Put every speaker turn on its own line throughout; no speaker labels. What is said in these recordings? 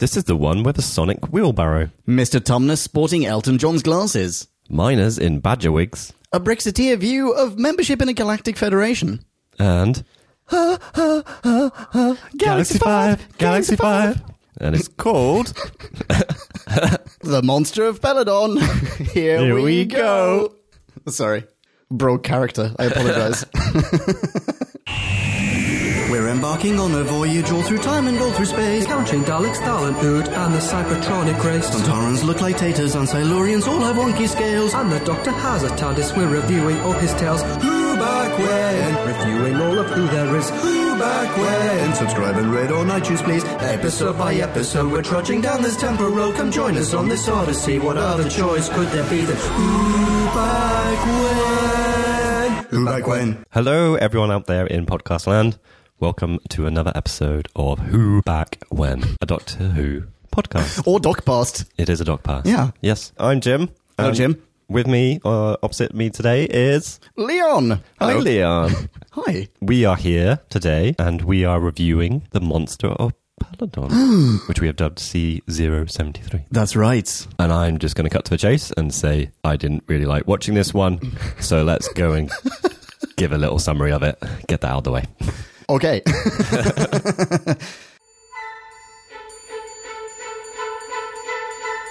This is the one with a sonic wheelbarrow.
Mr. Tumnus sporting Elton John's glasses.
Miners in badger wigs.
A Brexiteer view of membership in a galactic federation.
And. Galaxy 5! Galaxy 5! And it's called.
The monster of Peladon. Here,
Here
we,
we
go. Sorry. Broad character. I apologize. We're embarking on a voyage all through time and all through space.
Counting Daleks, Thalan, Ood, and the Cybertronic race.
Santarans look like taters and Silurians all have wonky scales.
And the Doctor has a TARDIS. We're reviewing all his tales. Who back when? Reviewing all of who there is. Who back when?
And subscribe and rate on iTunes, please.
Episode by episode, we're trudging down this temporal. Come join us on this odyssey. What other choice could there be than Who back when?
Who back when?
Hello, everyone out there in podcast land. Welcome to another episode of Who Back When, a Doctor Who podcast.
Or DocPast.
It is a doc pass.
Yeah.
Yes. I'm Jim.
Hello,
And
Jim.
With me, uh, opposite me today is.
Leon.
Hi,
Hello.
Leon.
Hi.
we are here today and we are reviewing The Monster of Peladon, which we have dubbed C073.
That's right.
And I'm just going to cut to the chase and say, I didn't really like watching this one. So let's go and give a little summary of it, get that out of the way.
Okay.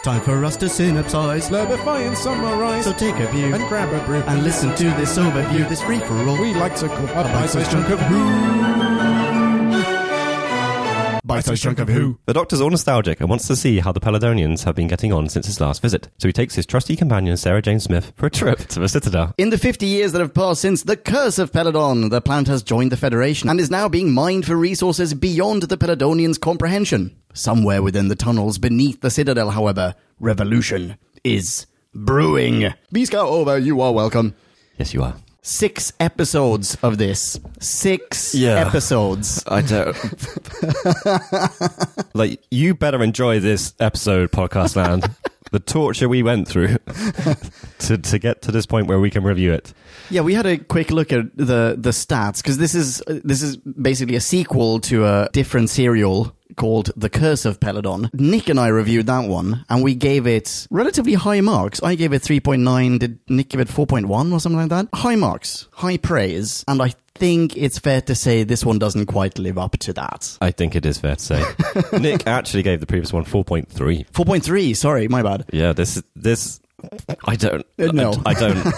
Time for us to synopsize,
Clarify and summarize
so take a view
and grab a brew
and listen to this overview, this free for all.
we like to call a
bite-sized
bite-sized
chunk
chunk of who bite-sized chunk of who
The doctor's all nostalgic and wants to see how the Peladonians have been getting on since his last visit. So he takes his trusty companion, Sarah Jane Smith, for a trip to the Citadel.
In the 50 years that have passed since the curse of Peladon, the planet has joined the Federation and is now being mined for resources beyond the Peladonians' comprehension. Somewhere within the tunnels beneath the Citadel, however, revolution is brewing. Biska over, you are welcome.
Yes, you are.
Six episodes of this. Six
Yeah.
episodes.
I don't. like, you better enjoy this episode, Podcast Land. the torture we went through to, to get to this point where we can review it.
Yeah, we had a quick look at the the stats because this is this is basically a sequel to a different serial called The Curse of Peladon. Nick and I reviewed that one, and we gave it relatively high marks. I gave it three point nine. Did Nick give it four point one or something like that? High marks, high praise, and I think it's fair to say this one doesn't quite live up to that.
I think it is fair to say. Nick actually gave the previous one 4.3.
Four point three. Sorry, my bad.
Yeah, this this I don't
Uh, no.
I, I don't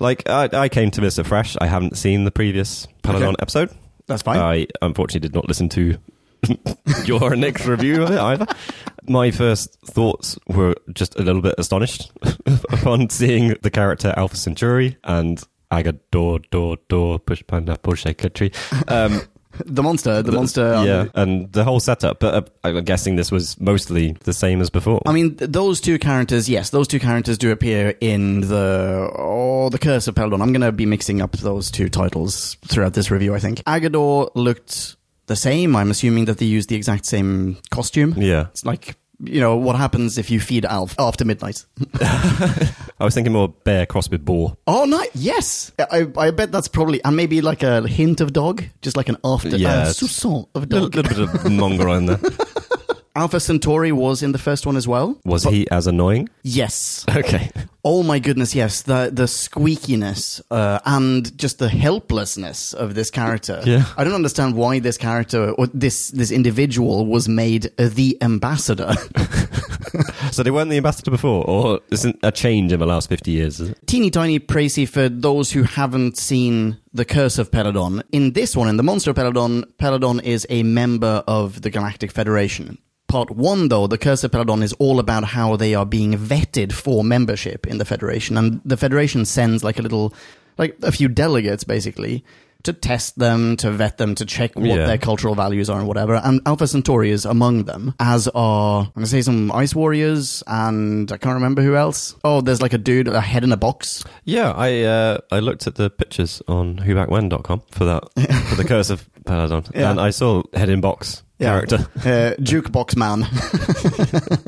like I, I came to this afresh. I haven't seen the previous Peladon
Okay.
episode.
That's fine.
I unfortunately did not listen to your next review of it either. My first thoughts were just a little bit astonished upon seeing the character Alpha Centauri and Agador, door, door, push panda, push a country. Um,
the monster, the, monster. um,
yeah, and the whole setup. But uh, I'm guessing this was mostly the same as before.
I mean, th- those two characters, yes, those two characters do appear in the oh, the Curse of Peladon. I'm going to be mixing up those two titles throughout this review. I think Agador looked the same. I'm assuming that they used the exact same costume.
yeah,
It's like you know what happens if you feed Alf after midnight.
I was thinking more bear crossed with boar.
Oh, nice! Yes, I, I bet that's probably and maybe like a hint of dog, just like an after
Yeah,
yeah,
it's-
soupçon of
A little,
dog.
little bit of mongrel in there.
Alpha Centauri was in the first one as well.
Was he as annoying?
Yes,
Okay.
Oh my goodness, yes. The the squeakiness uh, and just the helplessness of this character.
Yeah.
I don't understand why this character or this this individual was made uh, the ambassador.
So they weren't the ambassador before, or isn't a change in the last 50 years? Is it?
Teeny tiny pricey for those who haven't seen The Curse of Peladon. In this one, in The Monster of Peladon, Peladon is a member of the Galactic Federation. Part one, though, The Curse of Peladon is all about how they are being vetted for membership in the Federation. And the Federation sends like a little, like a few delegates basically, to test them, to vet them, to check what
Yeah.
their cultural values are and whatever. And Alpha Centauri is among them, as are, I'm going to say some Ice Warriors and I can't remember who else. Oh, there's like a dude, a head in a box.
Yeah, I uh, I looked at the pictures on whobackwhen.com for that, for the curse of Peladon,
Yeah.
and I saw head in box
Yeah.
character.
Uh, jukebox man.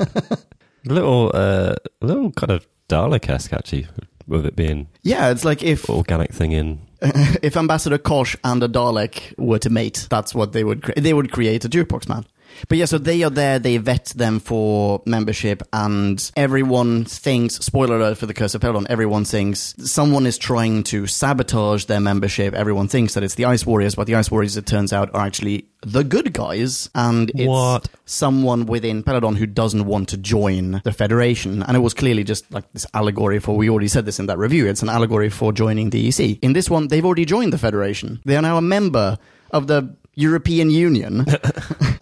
Little, uh, little kind of Dalek esque, actually, with it being
yeah, it's like if
organic thing in.
if Ambassador Kosh and a Dalek were to mate, that's what they would create. They would create a jukebox man. But yeah, so they are there, they vet them for membership, and everyone thinks, spoiler alert for the Curse of Peladon, everyone thinks someone is trying to sabotage their membership. Everyone thinks that it's the Ice Warriors, but the Ice Warriors, it turns out, are actually the good guys, and it's
What?
someone within Peladon who doesn't want to join the Federation. And it was clearly just like this allegory for, we already said this in that review, it's an allegory for joining the EC. In this one, they've already joined the Federation. They are now a member of the European Union.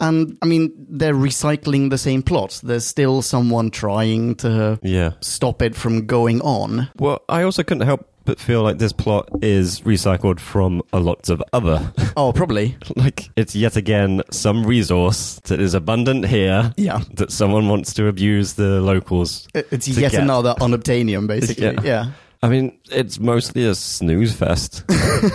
and I mean, they're recycling the same plot. There's still someone trying to
Yeah.
stop it from going on.
Well, I also couldn't help but feel like this plot is recycled from a lot of other.
Oh, probably.
like, it's yet again some resource that is abundant here
Yeah.
that someone wants to abuse the locals.
It- It's
To
yet
get.
another unobtainium, basically.
Yeah.
yeah.
I mean, it's mostly a snooze fest.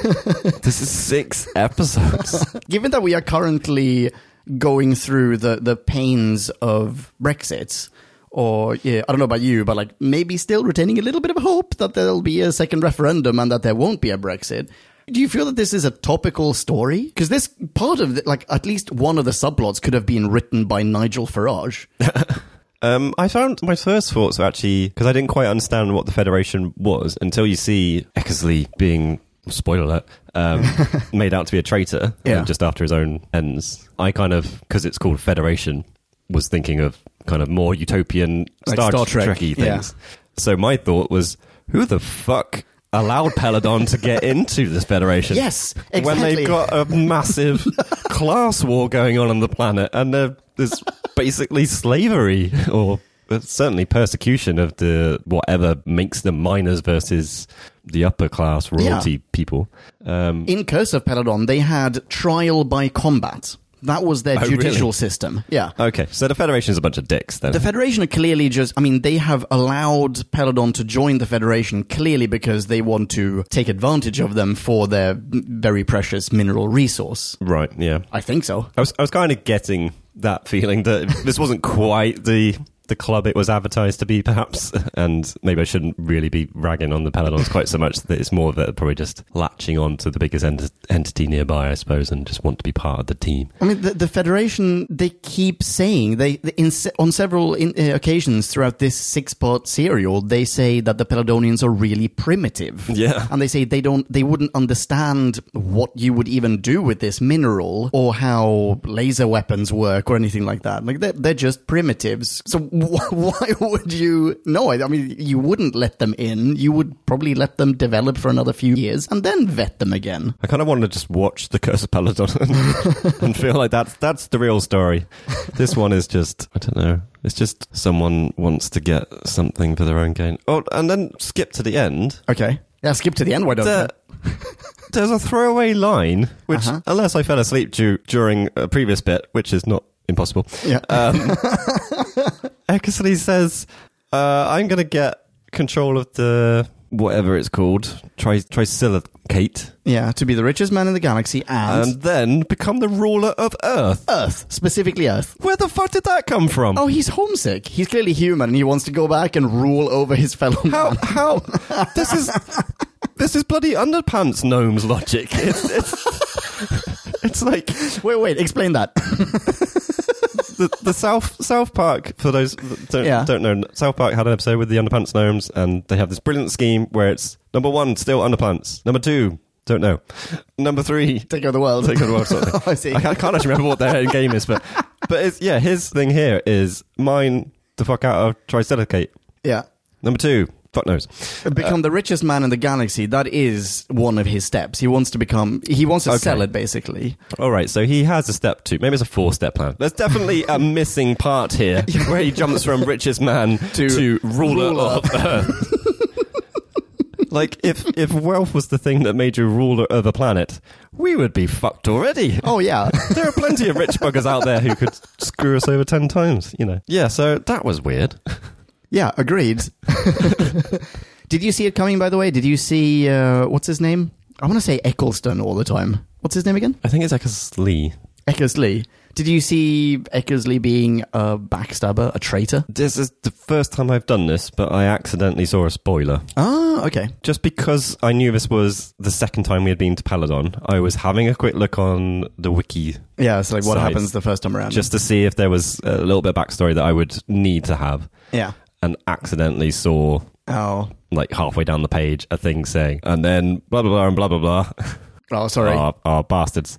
this is six episodes.
given that we are currently going through the, the pains of Brexit, or yeah, I don't know about you, but like maybe still retaining a little bit of hope that there'll be a second referendum and that there won't be a Brexit. Do you feel that this is a topical story? Because this part of the, like at least one of the subplots could have been written by Nigel Farage.
Um, I found my first thoughts were actually because I didn't quite understand what the Federation was until you see Eckersley being spoiler alert um, made out to be a traitor
Yeah.
uh, just after his own ends. I kind of because it's called Federation was thinking of kind of more utopian
Like
Star,
Star Trek,
Trekky
yeah.
things. So my thought was, who the fuck? Allowed Peladon to get into this federation.
Yes,
When
exactly.
they've got a massive class war going on on the planet, and there- there's basically slavery or uh, certainly persecution of the whatever makes them miners versus the upper class royalty people. Um,
In Curse of Peladon, they had trial by combat. That was their
Oh, really?
judicial system. Yeah.
okay, so the Federation is a bunch of dicks then.
The Federation are clearly just, I mean, they have allowed Peladon to join the Federation clearly because they want to take advantage of them for their very precious mineral resource.
right, yeah.
I think so.
I was I was kind of getting that feeling that this wasn't quite the the club it was advertised to be, perhaps. And maybe I shouldn't really be ragging on the Peladons quite so much. That it's more that they're probably just latching on to the biggest ent- entity nearby, I suppose, and just want to be part of the team.
I mean, the, the Federation, they keep saying, they, they in, se- on several in, uh, occasions throughout this six part serial, they say that the Peladonians are really primitive.
Yeah.
And they say they don't, they wouldn't understand what you would even do with this mineral or how laser weapons work or anything like that. Like, they're, they're just primitives. So wh- why would you, no, I, I mean, you wouldn't let them in. You would probably let them develop for another few years and then vet them again.
I kind of want to just watch the Curse of Peladon and, and feel like that's that's the real story. This one is just I don't know. It's just someone wants to get something for their own gain. Oh, and then skip to the end.
Okay. Yeah, skip to the end. Why don't you?
there, there's a throwaway line, which,
Uh-huh.
unless I fell asleep du- during a previous bit, which is not impossible,
Yeah.
um, Eckersley says, uh, I'm going to get control of the whatever it's called, tri- Trisilicate,
Yeah, to be the richest man in the galaxy and,
and then become the ruler of Earth.
Earth, specifically Earth.
Where the fuck did that come from?
Oh, he's homesick. He's clearly human and he wants to go back and rule over his fellow
How?
man.
How? This is this is bloody underpants gnomes logic. It's, it's, it's like
Wait, wait, explain that.
the, the South South Park for those that don't,
Yeah.
don't know South Park had an episode with the underpants gnomes and they have this brilliant scheme where it's number one still underpants number two don't know number three
Take over the world. Oh,
take on the world sort of thing.
I see.
I can't, I can't actually remember what their game is but but it's, yeah his thing here is mine the fuck out of Tricericate
Yeah.
number two fuck knows
Become the richest man in the galaxy. That is one of his steps. He wants to become, he wants to
Okay.
sell it basically.
All right, so he has a step two. Maybe it's a four step plan. There's definitely a missing part here where he jumps from richest man
To
to, ruler, of Earth. like, if, if wealth was the thing that made you ruler of a planet, we would be fucked already.
Oh, yeah.
There are plenty of rich buggers out there who could screw us over 10 times, you know. Yeah, so that was weird.
yeah, agreed. Did you see it coming, by the way? Did you see, uh, what's his name? I want to say Eccleston all the time. What's his name again?
I think it's Eckersley.
Eckersley. Did you see Eckersley being a backstabber, a traitor?
This is the first time I've done this, but I accidentally saw a spoiler.
Ah, okay.
Just because I knew this was the second time we had been to Paladon, I was having a quick look on the wiki
Yeah, so like what
Sides.
happens the first time around?
just to see if there was a little bit of backstory that I would need to have,
yeah.
and accidentally saw
Oh,
like halfway down the page a thing saying, and then blah blah blah and blah blah blah
oh, sorry,
are, are bastards,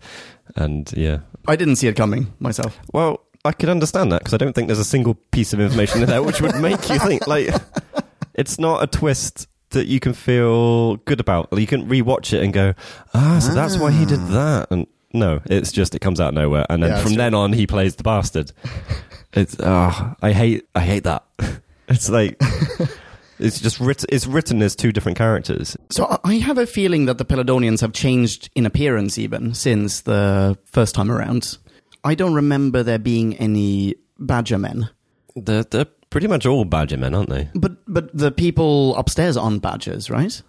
and yeah.
I didn't see it coming myself.
Well, I could understand that because I don't think there's a single piece of information in there which would make you think like it's not a twist that you can feel good about. You can rewatch it and go, ah, so that's why he did that. And no, it's just it comes out of nowhere, and then
Yeah,
from
that's
then on he plays the bastard. It's ah, I hate I hate that. It's like. It's just written. It's written as two different characters.
So I- I have a feeling that the Peladonians have changed in appearance even since the first time around. I don't remember there being any badger men,
They're, they're pretty much all badger men, aren't they?
but but the people upstairs aren't badgers, right?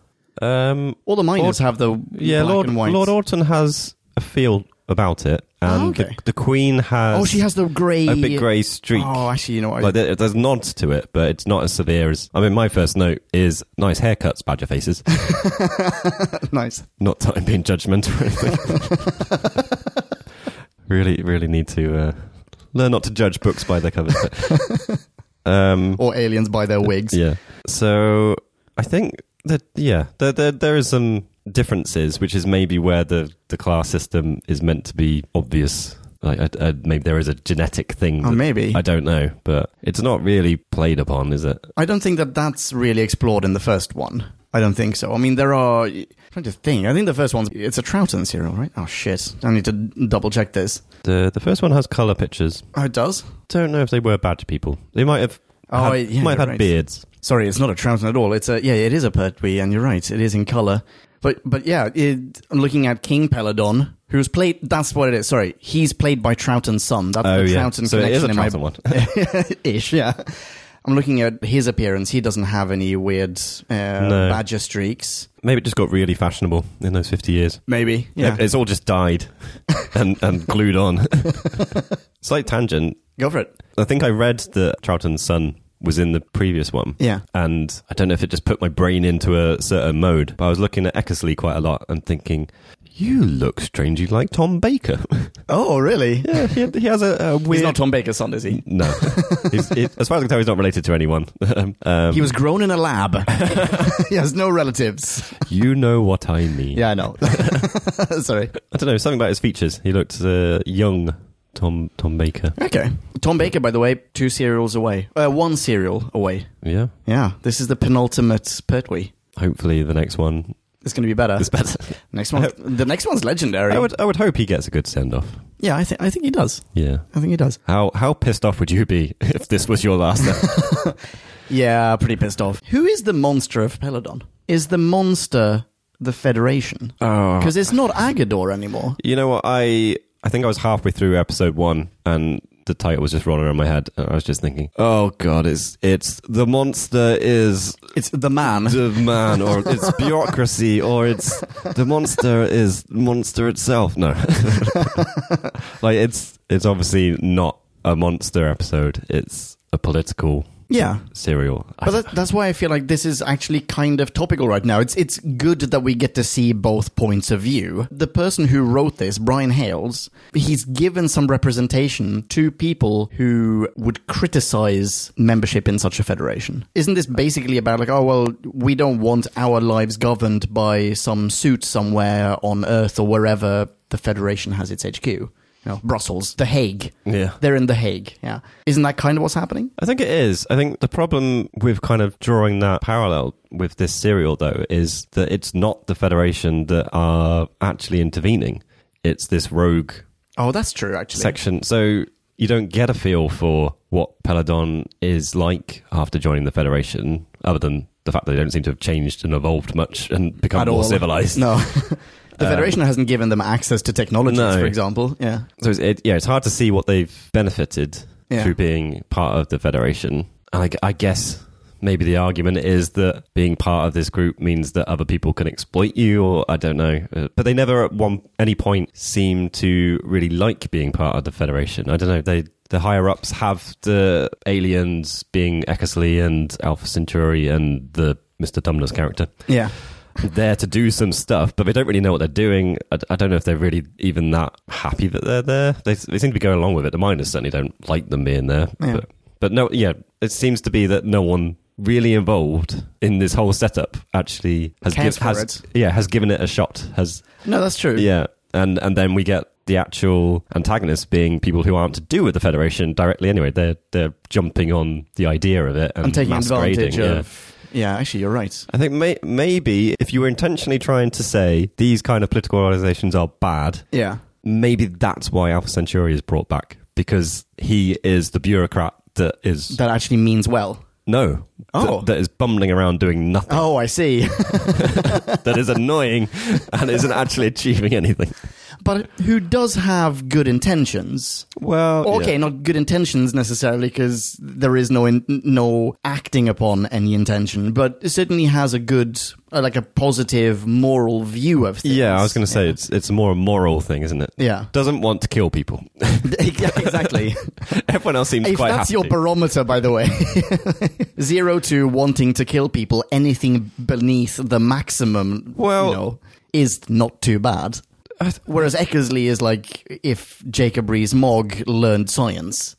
Um,
All the miners
Or-
have the
Yeah,
black
Lord
and white.
Lord Orton has a feel about it, and
Oh, okay.
the, the Queen has.
oh, she has the grey.
a big grey streak.
Oh, actually, you know what?
Like there, there's nods to it, but it's not as severe as. I mean, my first note is nice haircuts, badger faces.
nice.
not that I'm being judgmental or anything. really, really need to uh, learn not to judge books by their covers. um,
Or aliens by their wigs.
yeah. So I think that yeah, there there there is some differences, which is maybe where the the class system is meant to be obvious. Like I, I, maybe there is a genetic thing.
Oh,
that-
maybe.
I don't know, but it's not really played upon, is it?
I don't think that that's really explored in the first one. I don't think so. I mean, there are. I'm trying to think. I think the first one's it's a Troughton cereal, right? Oh shit! I need to double check this.
The the first one has color pictures.
Oh, it does.
Don't know if they were badger people. They might have.
Oh,
had,
yeah,
might have
you're
had
right.
beards.
Sorry, it's not a Troughton at all. It's a yeah, it is a Pertwee, and you're right, it is in color. But but yeah, it, I'm looking at King Peladon, who's played. That's what it is. Sorry, he's played by Troughton's son. That's
Oh
the
yeah,
Troughton
so
connection
it is a
in my
Troughton one.
ish, yeah. I'm looking at his appearance. He doesn't have any weird uh, badger streaks.
Maybe it just got really fashionable in those fifty years.
Maybe, yeah.
It's all just dyed and, and glued on. Slight tangent.
Go for it.
I think I read that Troughton's son was in the previous one.
Yeah.
And I don't know if it just put my brain into a certain mode, but I was looking at Eckersley quite a lot and thinking, you look strangely like Tom Baker.
Oh, really?
yeah, he, he has a, a weird.
He's not Tom Baker's son, is he?
no. He's- he- as far as I can tell, he's not related to anyone. um, um,
He was grown in a lab. he has no relatives.
you know what I mean.
Yeah, I know. Sorry.
I don't know, something about his features. He looked uh, young Tom Tom Baker.
Okay. Tom Baker, by the way, two serials away. Uh, one serial away.
Yeah.
Yeah, this is the penultimate Pertwee.
Hopefully the next one
It's going to be better.
is better.
Next one, the next one's legendary.
I would I would hope he gets a good send off.
yeah, I think I think he does.
Yeah.
I think he does.
How how pissed off would you be if this was your last episode?
Yeah, pretty pissed off. Who is the monster of Peladon? Is the monster the Federation?
Uh-huh.
Because it's not Agador anymore.
Oh. you know what? I I think I was halfway through episode one and the title was just rolling around my head and I was just thinking, Oh god, it's it's the monster is
It's the man.
the man or it's bureaucracy or it's the monster is monster itself. No. like it's it's obviously not a monster episode. It's a political
Yeah.
serial.
But that, that's why I feel like this is actually kind of topical right now. It's it's good that we get to see both points of view. The person who wrote this, Brian Hales, he's given some representation to people who would criticize membership in such a federation. Isn't this basically about like, oh well, we don't want our lives governed by some suit somewhere on Earth or wherever the federation has its HQ? You know, Brussels, The Hague.
yeah.
They're in The Hague. Yeah, isn't that kind of what's happening?
I think it is. I think the problem with kind of drawing that parallel with this serial, though, is that it's not the Federation that are actually intervening. It's this rogue
Oh, that's true. Actually,
section. So you don't get a feel for what Peladon is like after joining the Federation, other than the fact that they don't seem to have changed and evolved much and become
At
more
all.
civilized. Um,
No. The Federation hasn't given them access to technologies,
No.
for example. Yeah.
So it's, it, yeah, it's hard to see what they've benefited
Yeah.
through being part of the Federation. And I, g- I guess maybe the argument is that being part of this group means that other people can exploit you, or I don't know. Uh, But they never at one any point seem to really like being part of the Federation. I don't know. They the higher ups have the aliens being Eckersley and Alpha Centauri and the Mister Dumnus character
Yeah.
there to do some stuff, but they don't really know what they're doing. I, I don't know if they're really even that happy that they're there. They, they seem to be going along with it. The miners certainly don't like them being there.
Yeah.
But, but no, yeah, it seems to be that no one really involved in this whole setup actually has,
Cares for
has
it.
yeah has given it a shot. Has
No, that's true.
yeah, and and then we get the actual antagonists being people who aren't to do with the Federation directly. Anyway, they're they're jumping on the idea of it and
I'm taking
masquerading,
advantage
yeah.
of. Yeah. actually, you're right.
I think may- maybe if you were intentionally trying to say these kind of political organizations are bad,
Yeah.
maybe that's why Alpha Centauri is brought back because he is the bureaucrat that is
That actually means well.
no,
Oh.
that- that is bumbling around doing nothing,
Oh, I see.
that is annoying and isn't actually achieving anything.
but who does have good intentions?
Well,
Okay, not good intentions necessarily, because there is no in, no acting upon any intention, but it certainly has a good, uh, like a positive moral view of things.
yeah, I was going to say it's it's more a moral thing, isn't it?
Yeah,
Doesn't want to kill people.
Yeah, exactly.
Everyone else seems
if
quite
that's
happy.
your barometer, by the way, zero to wanting to kill people, anything beneath the maximum,
Well-
you know, is not too bad.
I th-
Whereas Eckersley is like if Jacob Rees-Mogg learned science.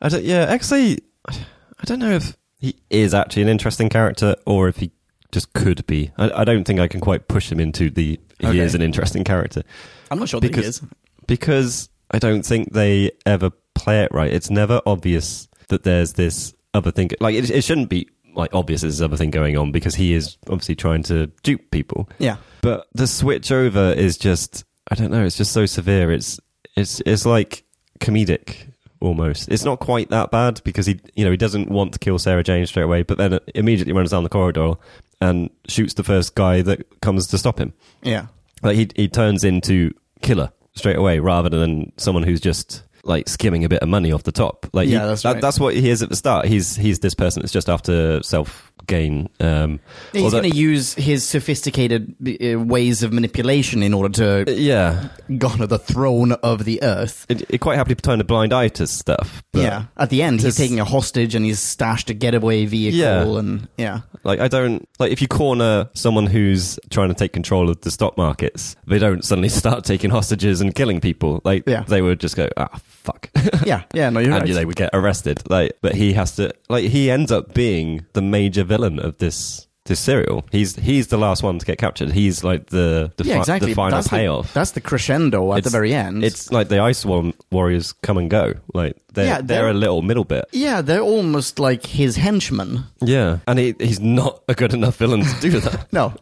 I don't, yeah, actually, I don't know if he is actually an interesting character or if he just could be. I, I don't think I can quite push him into the he
Okay.
is an interesting character
I'm not sure that he
Because-
is.
because I don't think they ever play it right. It's never obvious that there's this other thing. Like it, it shouldn't be like obvious there's this other thing going on because he is obviously trying to dupe people.
Yeah.
But the switch over is just I don't know, it's just so severe. It's it's it's like comedic almost. It's not quite that bad because he you know, he doesn't want to kill Sarah Jane straight away, but then immediately runs down the corridor and shoots the first guy that comes to stop him.
Yeah.
Like he he turns into killer straight away rather than someone who's just like skimming a bit of money off the top. Like he-
Yeah, that's
that,
right.
that's what he is at the start. He's he's this person that's just after self gain. Um
He's
although-
going to use his sophisticated uh, ways of manipulation in order
Uh,
to
yeah,
garner the throne of the earth.
it, it quite happily turned a blind eye to stuff. But
yeah. At the end, he's
This-
taking a hostage and he's stashed a getaway vehicle
Yeah.
and yeah.
Like I don't like if you corner someone who's trying to take control of the stock markets, they don't suddenly start taking hostages and killing people. Like
Yeah.
they would just go, ah, fuck,
Yeah. Yeah. No, you're
and
right.
they would get arrested. Like, but he has to. Like he ends up being the major villain of this. This serial, he's he's the last one to get captured. He's like the the,
yeah,
fi-
exactly.
the final
that's
payoff.
The, that's the crescendo at the
It's-
very end.
it's like the Ice War- Warriors come and go. Like they're,
Yeah,
they're
they're-
a little middle bit.
yeah, they're almost like his henchmen.
Yeah, and he, he's not a good enough villain to do that.
No.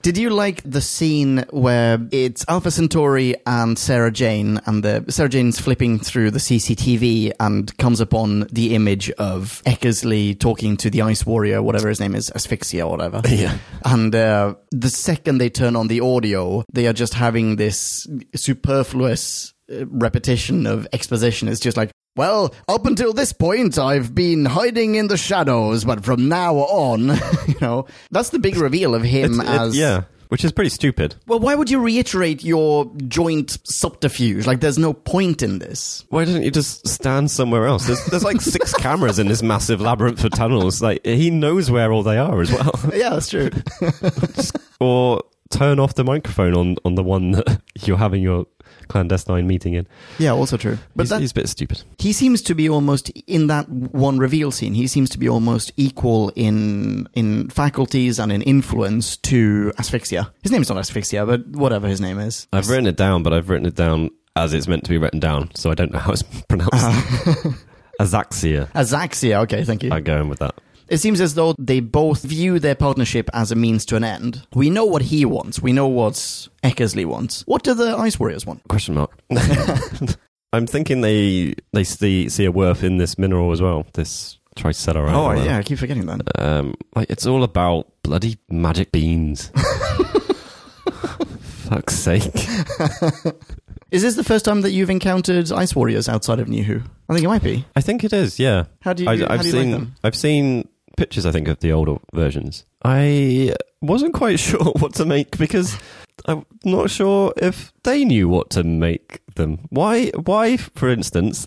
Did you like the scene where it's Alpha Centauri and Sarah Jane, and the Sarah Jane's flipping through the CCTV and comes upon the image of Eckersley talking to the Ice Warrior, whatever his name is, Asphyxia or whatever.
Yeah.
And uh, the second they turn on the audio, they are just having this superfluous uh, repetition of exposition. It's just like, well, up until this point, I've been hiding in the shadows, but from now on, you know, that's the big reveal of him
It's- it-
as.
yeah, which is pretty stupid.
Well, why would you reiterate your joint subterfuge? Like, there's no point in this.
Why didn't you just stand somewhere else? There's, there's like six cameras in this massive labyrinth of tunnels. Like he knows where all they are as well.
Yeah, that's true.
or turn off the microphone on on the one that you're having your clandestine meeting in.
yeah, also true. But
he's,
that,
he's a bit stupid.
he seems to be almost in that one reveal scene. He seems to be almost equal in in faculties and in influence to Asphyxia. His name's not Asphyxia, but whatever his name is.
I've written it down, but I've written it down as it's meant to be written down, so I don't know how it's pronounced. Azaxia.
Azaxia. Okay, thank you.
I'm going with that.
It seems as though they both view their partnership as a means to an end. We know what he wants. We know what Eckersley wants. What do the Ice Warriors want?
Question mark. I'm thinking they they see see a worth in this mineral as well. This tricellar.
Oh, yeah, I keep forgetting that.
Um, like it's all about bloody magic beans. Fuck's sake.
Is this the first time that you've encountered Ice Warriors outside of New Who? I think it might be.
I think it is. Yeah.
How do you-
I,
how
I've
do you like
seen.
them?
I've seen pictures. I think of the older versions. I wasn't quite sure what to make because I'm not sure if they knew what to make them. Why? Why, for instance,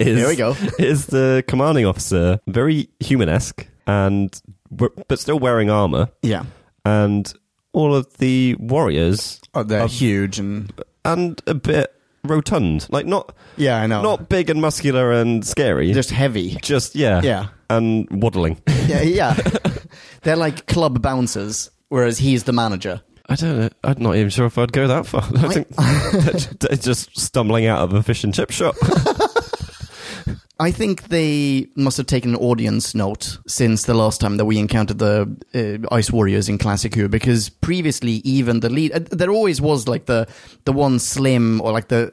is
Here we go.
is the commanding officer very humanesque and w- but still wearing armor
Yeah.
and all of the warriors
Oh, they're
Um,
huge and
and a bit rotund like not
yeah, I know.
not big and muscular and scary
just heavy.
Oh. just yeah
Yeah.
and waddling
Yeah, yeah. they're like club bouncers, whereas he's the manager.
I don't know. I'm not even sure if I'd go that far. I think they're- they're just stumbling out of a fish and chip shop.
I think they must have taken an audience note since the last time that we encountered the uh, Ice Warriors in Classic Who, because previously even the lead, uh, there always was like the the one slim or like the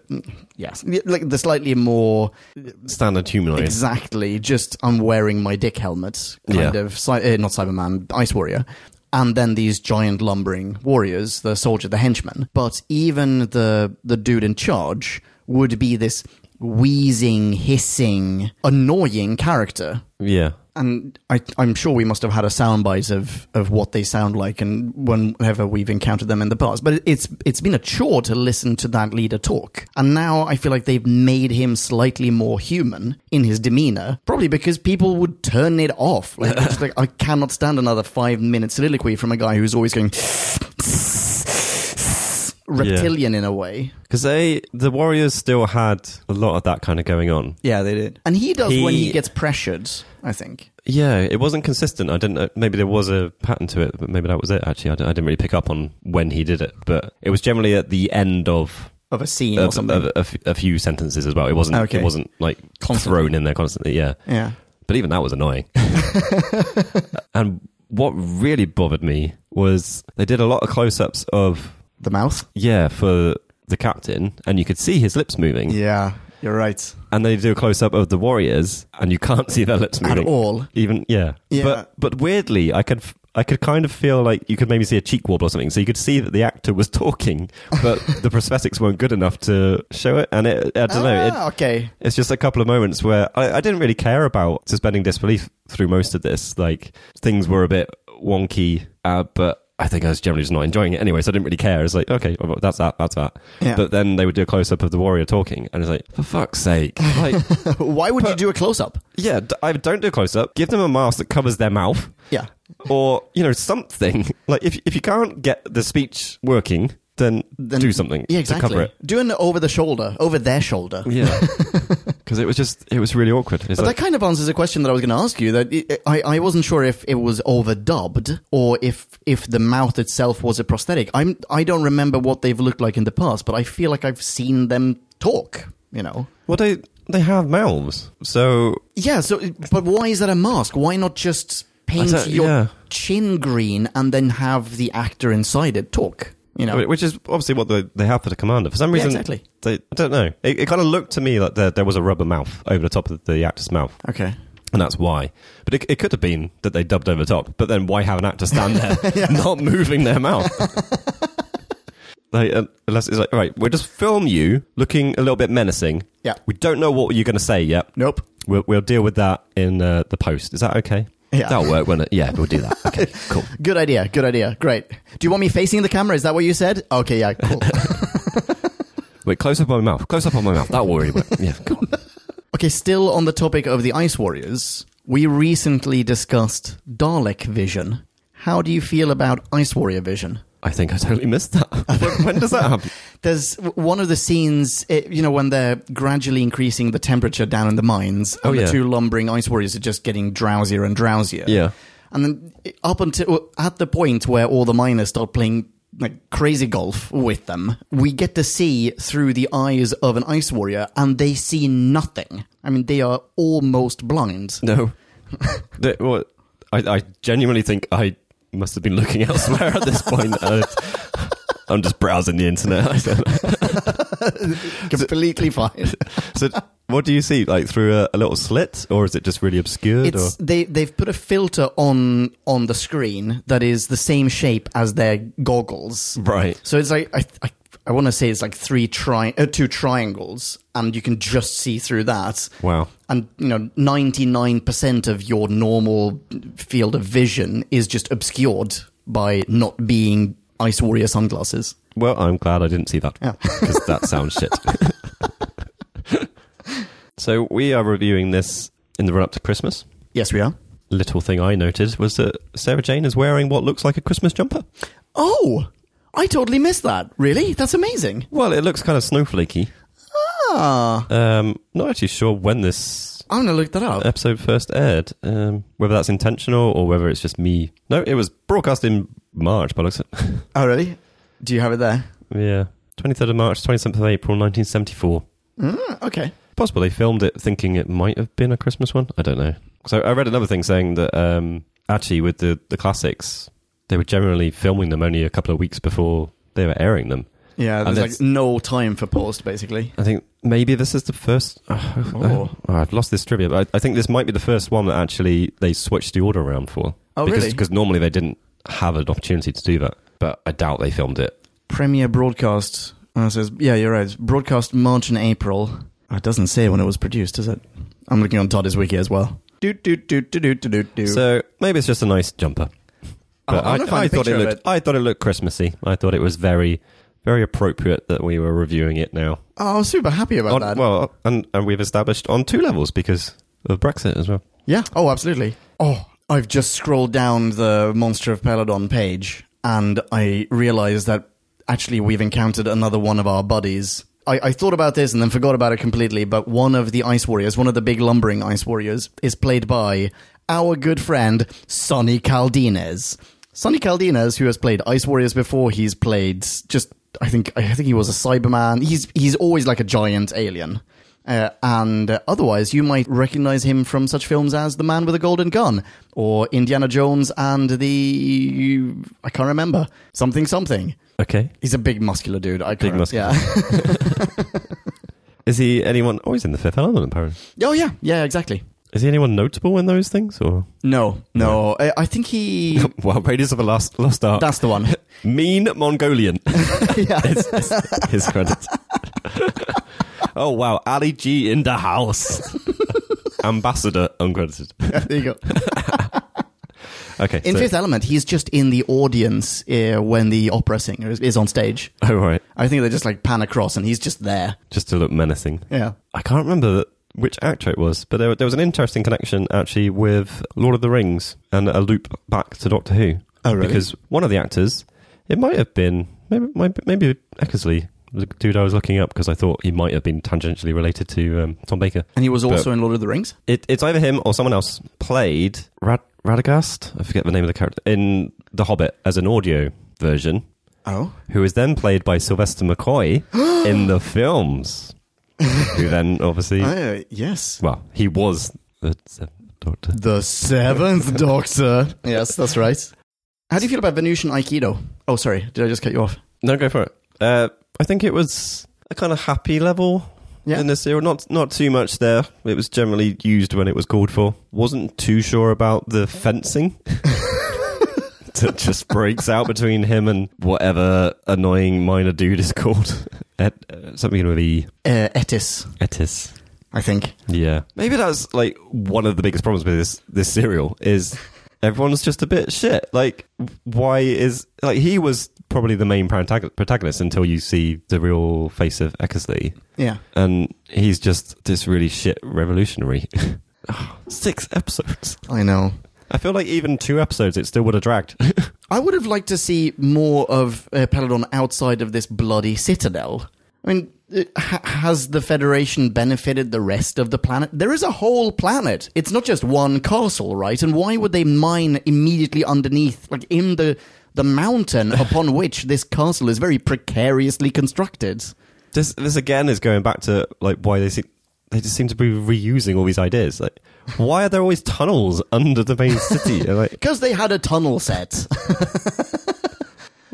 yes, like the slightly more
Standard humanoid.
exactly just I'm wearing my dick helmet kind
Yeah.
of cy- uh, not Cyberman Ice Warrior. And then these giant lumbering warriors, the soldier, the henchman. But even the the dude in charge would be this wheezing, hissing, annoying character.
yeah.
And I, I'm sure we must have had a soundbite of, of what they sound like, and whenever we've encountered them in the past. But it's it's been a chore to listen to that leader talk, and now I feel like they've made him slightly more human in his demeanor, probably because people would turn it off. Like, it's just like I cannot stand another five minute soliloquy from a guy who's always going reptilian in a way.
Because they, the Warriors still had a lot of that kind of going on.
Yeah, they did, and he does when he
He-
gets pressured. I think.
Yeah, it wasn't consistent. I didn't know. Maybe there was a pattern to it, but maybe that was it, actually. I d- I didn't really pick up on when he did it, but it was generally at the end of.
Of a scene
A,
or something.
a- a f- a few sentences as well. It wasn't.
Okay.
It wasn't like
Constant.
thrown in there constantly. Yeah.
yeah.
But even that was annoying. and what really bothered me was they did a lot of close ups of,
The mouth?
yeah, for the captain, and you could see his lips moving.
Yeah, you're right.
And they do a close up of the warriors, and you can't see their lips
At
moving.
all.
Even, yeah.
Yeah.
But, but weirdly, I could. f- I could kind of feel like you could maybe see a cheek wobble or something, so you could see that the actor was talking, but the prosthetics weren't good enough to show it. And it, I don't know, it,
Ah, okay.
It's just a couple of moments where I, I didn't really care about suspending disbelief through most of this. Like things were a bit wonky, uh, but I think I was generally just not enjoying it anyway, so I didn't really care. It's like okay, well, that's that, that's that.
Yeah.
But then they would do a close up of the warrior talking, and it's like for fuck's sake, like
Why would you do a close up?
yeah, d- I don't do a close up. Give them a mask that covers their mouth,
Yeah.
or you know something. Like if if you can't get the speech working, then,
Then-
do something
Yeah, exactly.
to cover it.
Do an over the shoulder, over their shoulder.
Yeah, because it was just it was really awkward. It's
But
like-
that kind of answers a question that I was going to ask you. That it- I, I wasn't sure if it was overdubbed or if if the mouth itself was a prosthetic. I'm I don't remember what they've looked like in the past, but I feel like I've seen them talk. You know.
Well, they they have mouths, so
Yeah. So, but why is that a mask? Why not just paint
don't-
your
yeah.
chin green and then have the actor inside it talk? You know.
which is obviously what they, they have for the commander. For some reason,
exactly.
they, I don't know. It, it kind of looked to me like there, there was a rubber mouth over the top of the actor's mouth,
Okay.
and that's why. But it, it could have been that they dubbed over the top. But then why have an actor stand there not moving their mouth? Like, uh, unless it's like, right, we'll just film you looking a little bit menacing.
Yeah.
We don't know what you're going to say yet.
Nope.
We'll, we'll deal with that in uh, the post. Is that okay?
Yeah.
That'll work, won't it? Yeah, we'll do that. Okay, cool.
Good idea. Good idea. Great. Do you want me facing the camera? Is that what you said? Okay. Yeah. Cool.
Wait, close up on my mouth. Close up on my mouth. That'll worry me. Yeah, go on.
okay. Still on the topic of the Ice Warriors, we recently discussed Dalek vision. How do you feel about Ice Warrior vision?
I think I totally missed that. when, when does that happen?
There's w- one of the scenes, eh, you know, when they're gradually increasing the temperature down in the mines, and
Oh,
the
yeah.
two lumbering ice warriors are just getting drowsier and drowsier.
Yeah.
and then eh, up until at the point where all the miners start playing like crazy golf with them, we get to see through the eyes of an ice warrior, and they see nothing. I mean, they are almost blind.
No. The- well, I, I genuinely think I must have been looking elsewhere at this point. Uh, I'm just browsing the internet.
Completely fine.
so, what do you see? Like through a, a little slit, or is it just really obscured?
It's they they've put a filter on on the screen that is the same shape as their goggles.
or? Right.
So it's like I, I, I want to say it's like three tri- uh, two triangles, and you can just see through that.
Wow.
And you know, ninety nine percent of your normal field of vision is just obscured by not being Ice Warrior sunglasses.
Well, I'm glad I didn't see that
Yeah.
because that sounds shit. so we are reviewing this in the run-up to Christmas.
Yes, we are.
Little thing I noted was that Sarah Jane is wearing what looks like a Christmas jumper.
Oh, I totally missed that. Really, that's amazing.
Well, it looks kind of snowflakey.
Ah,
Um, not actually sure when this
I'm gonna look that up.
episode first aired. Um, whether that's intentional or whether it's just me. No, it was broadcast in March, but looks.
oh, really? Do you have it there?
yeah, twenty third of March, twenty seventh of April, nineteen seventy four.
Mm, okay.
Possible they filmed it thinking it might have been a Christmas one. I don't know. So I read another thing saying that um, actually with the, the classics, they were generally filming them only a couple of weeks before they were airing them.
Yeah,
And
there's
it's-
like no time for post, basically.
I think maybe this is the first.
Oh.
Oh, I've lost this trivia, but I, I think this might be the first one that actually they switched the order around for.
Oh,
because,
really?
Because normally they didn't have an opportunity to do that, but I doubt they filmed it.
Premier broadcast. Oh, it says, yeah, you're right. Broadcast March and April. Oh, it doesn't say when it was produced, does it? I'm looking on Todd's wiki as well. Do do do do do do do do.
So maybe it's just a nice jumper.
Oh,
But
I'm gonna find a
thought
picture of
looked.
it.
I thought it looked Christmassy. I thought it was very, very appropriate that we were reviewing it now.
oh, I'm super happy about
On-
that.
well, and, and we've established on two levels because of Brexit as well.
yeah. Oh, absolutely. Oh, I've just scrolled down the Monster of Peladon page, and I realized that actually we've encountered another one of our buddies. I, I thought about this and then forgot about it completely. But one of the Ice Warriors, one of the big lumbering Ice Warriors, is played by our good friend Sonny Caldinez. Sonny Caldinez, who has played Ice Warriors before, he's played just I think I think he was a Cyberman. He's he's always like a giant alien. Uh, and uh, otherwise, you might recognize him from such films as The Man with a Golden Gun or Indiana Jones and the I can't remember something something.
Okay.
He's a big muscular dude. I can't
Big
rem-
muscular.
Yeah.
Is he anyone? Oh, he's in the Fifth Element, apparently.
oh yeah. Yeah. Exactly.
Is he anyone notable in those things? Or
No. No. Uh, I, I think he.
well, Raiders of the Lost Lost Ark.
That's the one.
mean Mongolian.
yeah.
is, is his credit. oh wow, Ali G in the house. Ambassador uncredited.
There you go.
Okay.
In
so-
Fifth Element, he's just in the audience uh, when the opera singer is, is on stage.
oh right,
I think they just like pan across and he's just there.
just to look menacing.
Yeah.
I can't remember that- which actor it was, but there, there was an interesting connection actually with Lord of the Rings and a loop back to Doctor Who.
Oh, really?
Because one of the actors, it might have been maybe might- maybe Eckersley, the dude I was looking up because I thought he might have been tangentially related to um, Tom Baker.
And he was also
But-
in Lord of the Rings?
It, it's either him or someone else played Rad- Radagast. I forget the name of the character in The Hobbit as an audio version,
Oh.
who is then played by Sylvester McCoy in the films. who then obviously,
Uh, yes.
well, he was the Seventh Doctor.
The seventh Doctor. Yes, that's right. How do you feel about Venusian Aikido? Oh, sorry. Did I just cut you off?
No, go for it. Uh, I think it was a kind of happy level
Yeah.
in this era. Not not too much there. It was generally used when it was called for. Wasn't too sure about the fencing that just breaks out between him and whatever annoying minor dude is called. Et, uh, something with E.
Uh, Etis,
Etis.
I think.
Yeah. Maybe that's like one of the biggest problems with this this serial is everyone's just a bit shit. Like why is like he was probably the main protagon- protagonist until you see the real face of Eckersley
Yeah.
and he's just this really shit revolutionary. Oh, Six episodes.
I know.
I feel like even two episodes it still would have dragged.
I would have liked to see more of uh, Peladon outside of this bloody citadel. I mean, it- ha- has the Federation benefited the rest of the planet? There is a whole planet. It's not just one castle, right? And why would they mine immediately underneath, like in the the mountain upon which this castle is very precariously constructed?
this this again is going back to like why they seem they just seem to be reusing all these ideas. Like why are there always tunnels under the main city? And, like,
Because they had a tunnel set,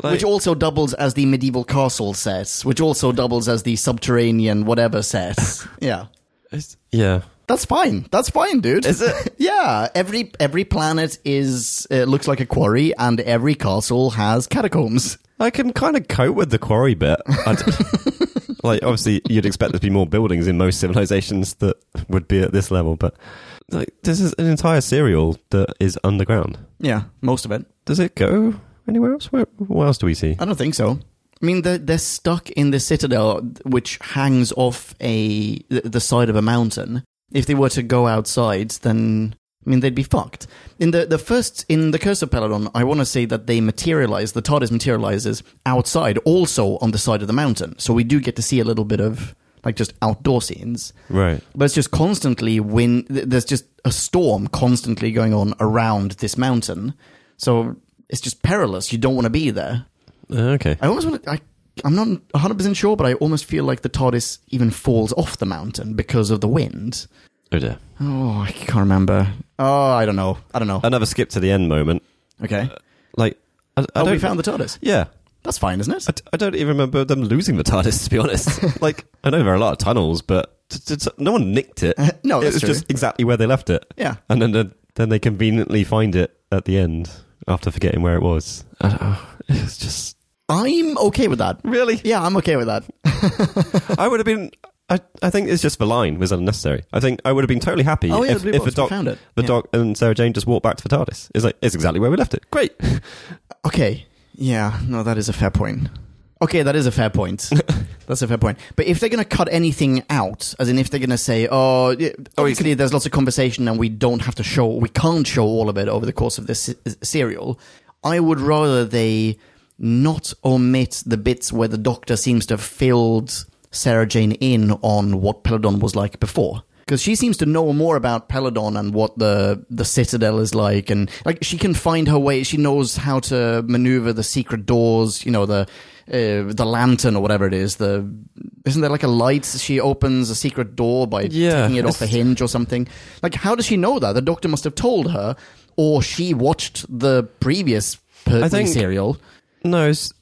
like-
which also doubles as the medieval castle set, which also doubles as the subterranean whatever set. Yeah.
It's- yeah.
That's fine. That's fine, dude.
Is it?
yeah. Every every planet is uh, looks like a quarry, and every castle has catacombs.
I can kind of cope with the quarry bit. I d- like, obviously, you'd expect there to be more buildings in most civilizations that would be at this level, but like, this is an entire serial that is underground.
Yeah, most of it.
Does it go anywhere else? Where, what else do we see?
I don't think so. I mean, they're, they're stuck in the citadel, which hangs off a the- the side of a mountain. If they were to go outside, then I mean, they'd be fucked. In the the first in the Curse of Peladon, I want to say that they materialize. The TARDIS materializes outside, also on the side of the mountain. So we do get to see a little bit of like just outdoor scenes.
Right.
But it's just constantly wind. th- There's just a storm constantly going on around this mountain. So it's just perilous. You don't want to be there.
Uh, okay.
I almost want to. I, I'm not 100% sure, but I almost feel like the TARDIS even falls off the mountain because of the wind.
Oh dear.
Oh, I can't remember. Oh, I don't know. I don't know.
Another skip to the end moment.
Okay.
Like, I, I
oh,
don't.
we found the TARDIS.
yeah.
That's fine, isn't it?
I, d- I don't even remember them losing the TARDIS, to be honest. like, I know there are a lot of tunnels, but t- t- t- no one nicked it.
no,
it
Oh, that's
was
true.
just exactly where they left it.
Yeah.
And then, then, then they conveniently find it at the end after forgetting where it was. I don't
uh,
know. It's just.
I'm okay with that.
Really?
Yeah, I'm okay with that.
I would have been. I, I think it's just the line was unnecessary. I think I would have been totally happy
Oh, yeah,
if,
the blue
if
box,
the
we
doc,
found it.
the
Yeah.
doc, and Sarah Jane just walked back to the TARDIS. It's like it's exactly where we left it. Great.
Okay. Yeah, no, that is a fair point. Okay, that is a fair point. That's a fair point. But if they're going to cut anything out, as in if they're going to say, oh, yeah, obviously there's lots of conversation and we don't have to show, we can't show all of it over the course of this se- uh, serial, I would rather they not omit the bits where the doctor seems to have filled Sarah Jane in on what Peladon was like before. Because she seems to know more about Peladon and what the the Citadel is like, and like she can find her way. She knows how to maneuver the secret doors. You know the uh, the lantern or whatever it is. The isn't there like a light? She opens a secret door by
Yeah,
taking it off a
it's-
hinge or something. Like how does she know that? The doctor must have told her, or she watched the previous per-
I think-
serial.
no, is,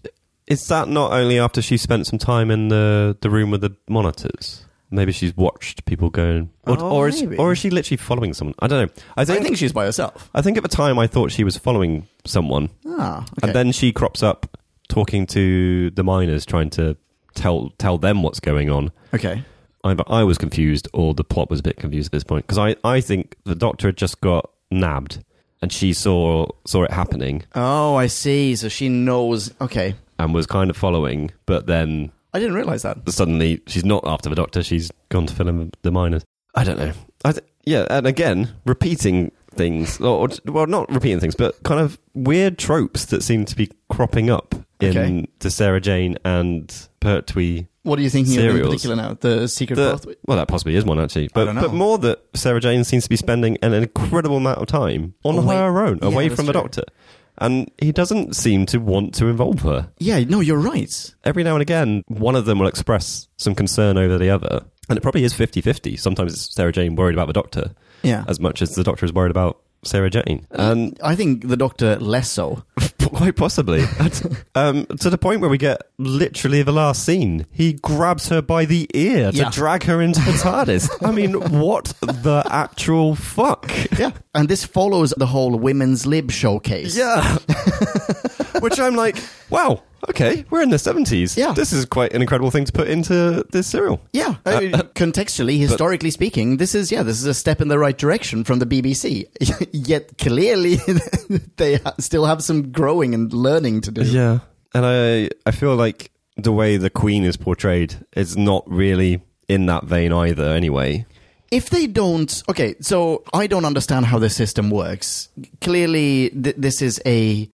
is that not only after she spent some time in the the room with the monitors? Maybe she's watched people going, or,
Oh,
or is
maybe.
or is she literally following someone? I don't know. I
I
think I
think
think,
she's by herself.
at the time I thought she was following someone,
Ah, okay.
and then she crops up talking to the miners, trying to tell tell them what's going on.
okay.
either I was confused or the plot was a bit confused at this point because I, I think the doctor had just got nabbed and she saw saw it happening
Oh, I see. So she knows. Okay,
and was kind of following, but then
I didn't realize that.
suddenly she's not after the doctor; she's gone to fill in the miners. I don't know. I th- yeah, and again, repeating things or, or- well, not repeating things, but kind of weird tropes that seem to be cropping up in
Okay.
the Sarah Jane and Pertwee
What are you thinking of in
Serials.
particular now? The secret
The-
pathway.
well, that possibly is one actually, but
don't know.
but more that Sarah Jane seems to be spending an incredible amount of time on
Away-
her own,
Yeah,
away
that's
from the
true.
doctor, and he doesn't seem to want to involve her.
Yeah, no, you're right.
Every now and again, one of them will express some concern over the other, and it probably is 50-50. Sometimes it's Sarah Jane worried about the doctor
Yeah,
as much as the doctor is worried about Sarah Jane, and
I think the Doctor less so.
quite possibly um, to the point where we get literally the last scene. He grabs her by the ear to
Yeah.
drag her into the TARDIS. I mean, what the actual fuck?
Yeah, and this follows the whole women's lib showcase.
Yeah. Which I'm like, wow, okay, we're in the 70s.
Yeah.
This is quite an incredible thing to put into this serial.
Yeah,
uh,
I mean, contextually, historically speaking, this is yeah, this is a step in the right direction from the BBC. Yet clearly, they ha- still have some growing and learning to do.
Yeah. And I, I feel like the way the Queen is portrayed is not really in that vein either, anyway.
If they don't, okay, so I don't understand how this system works. Clearly, th- this is a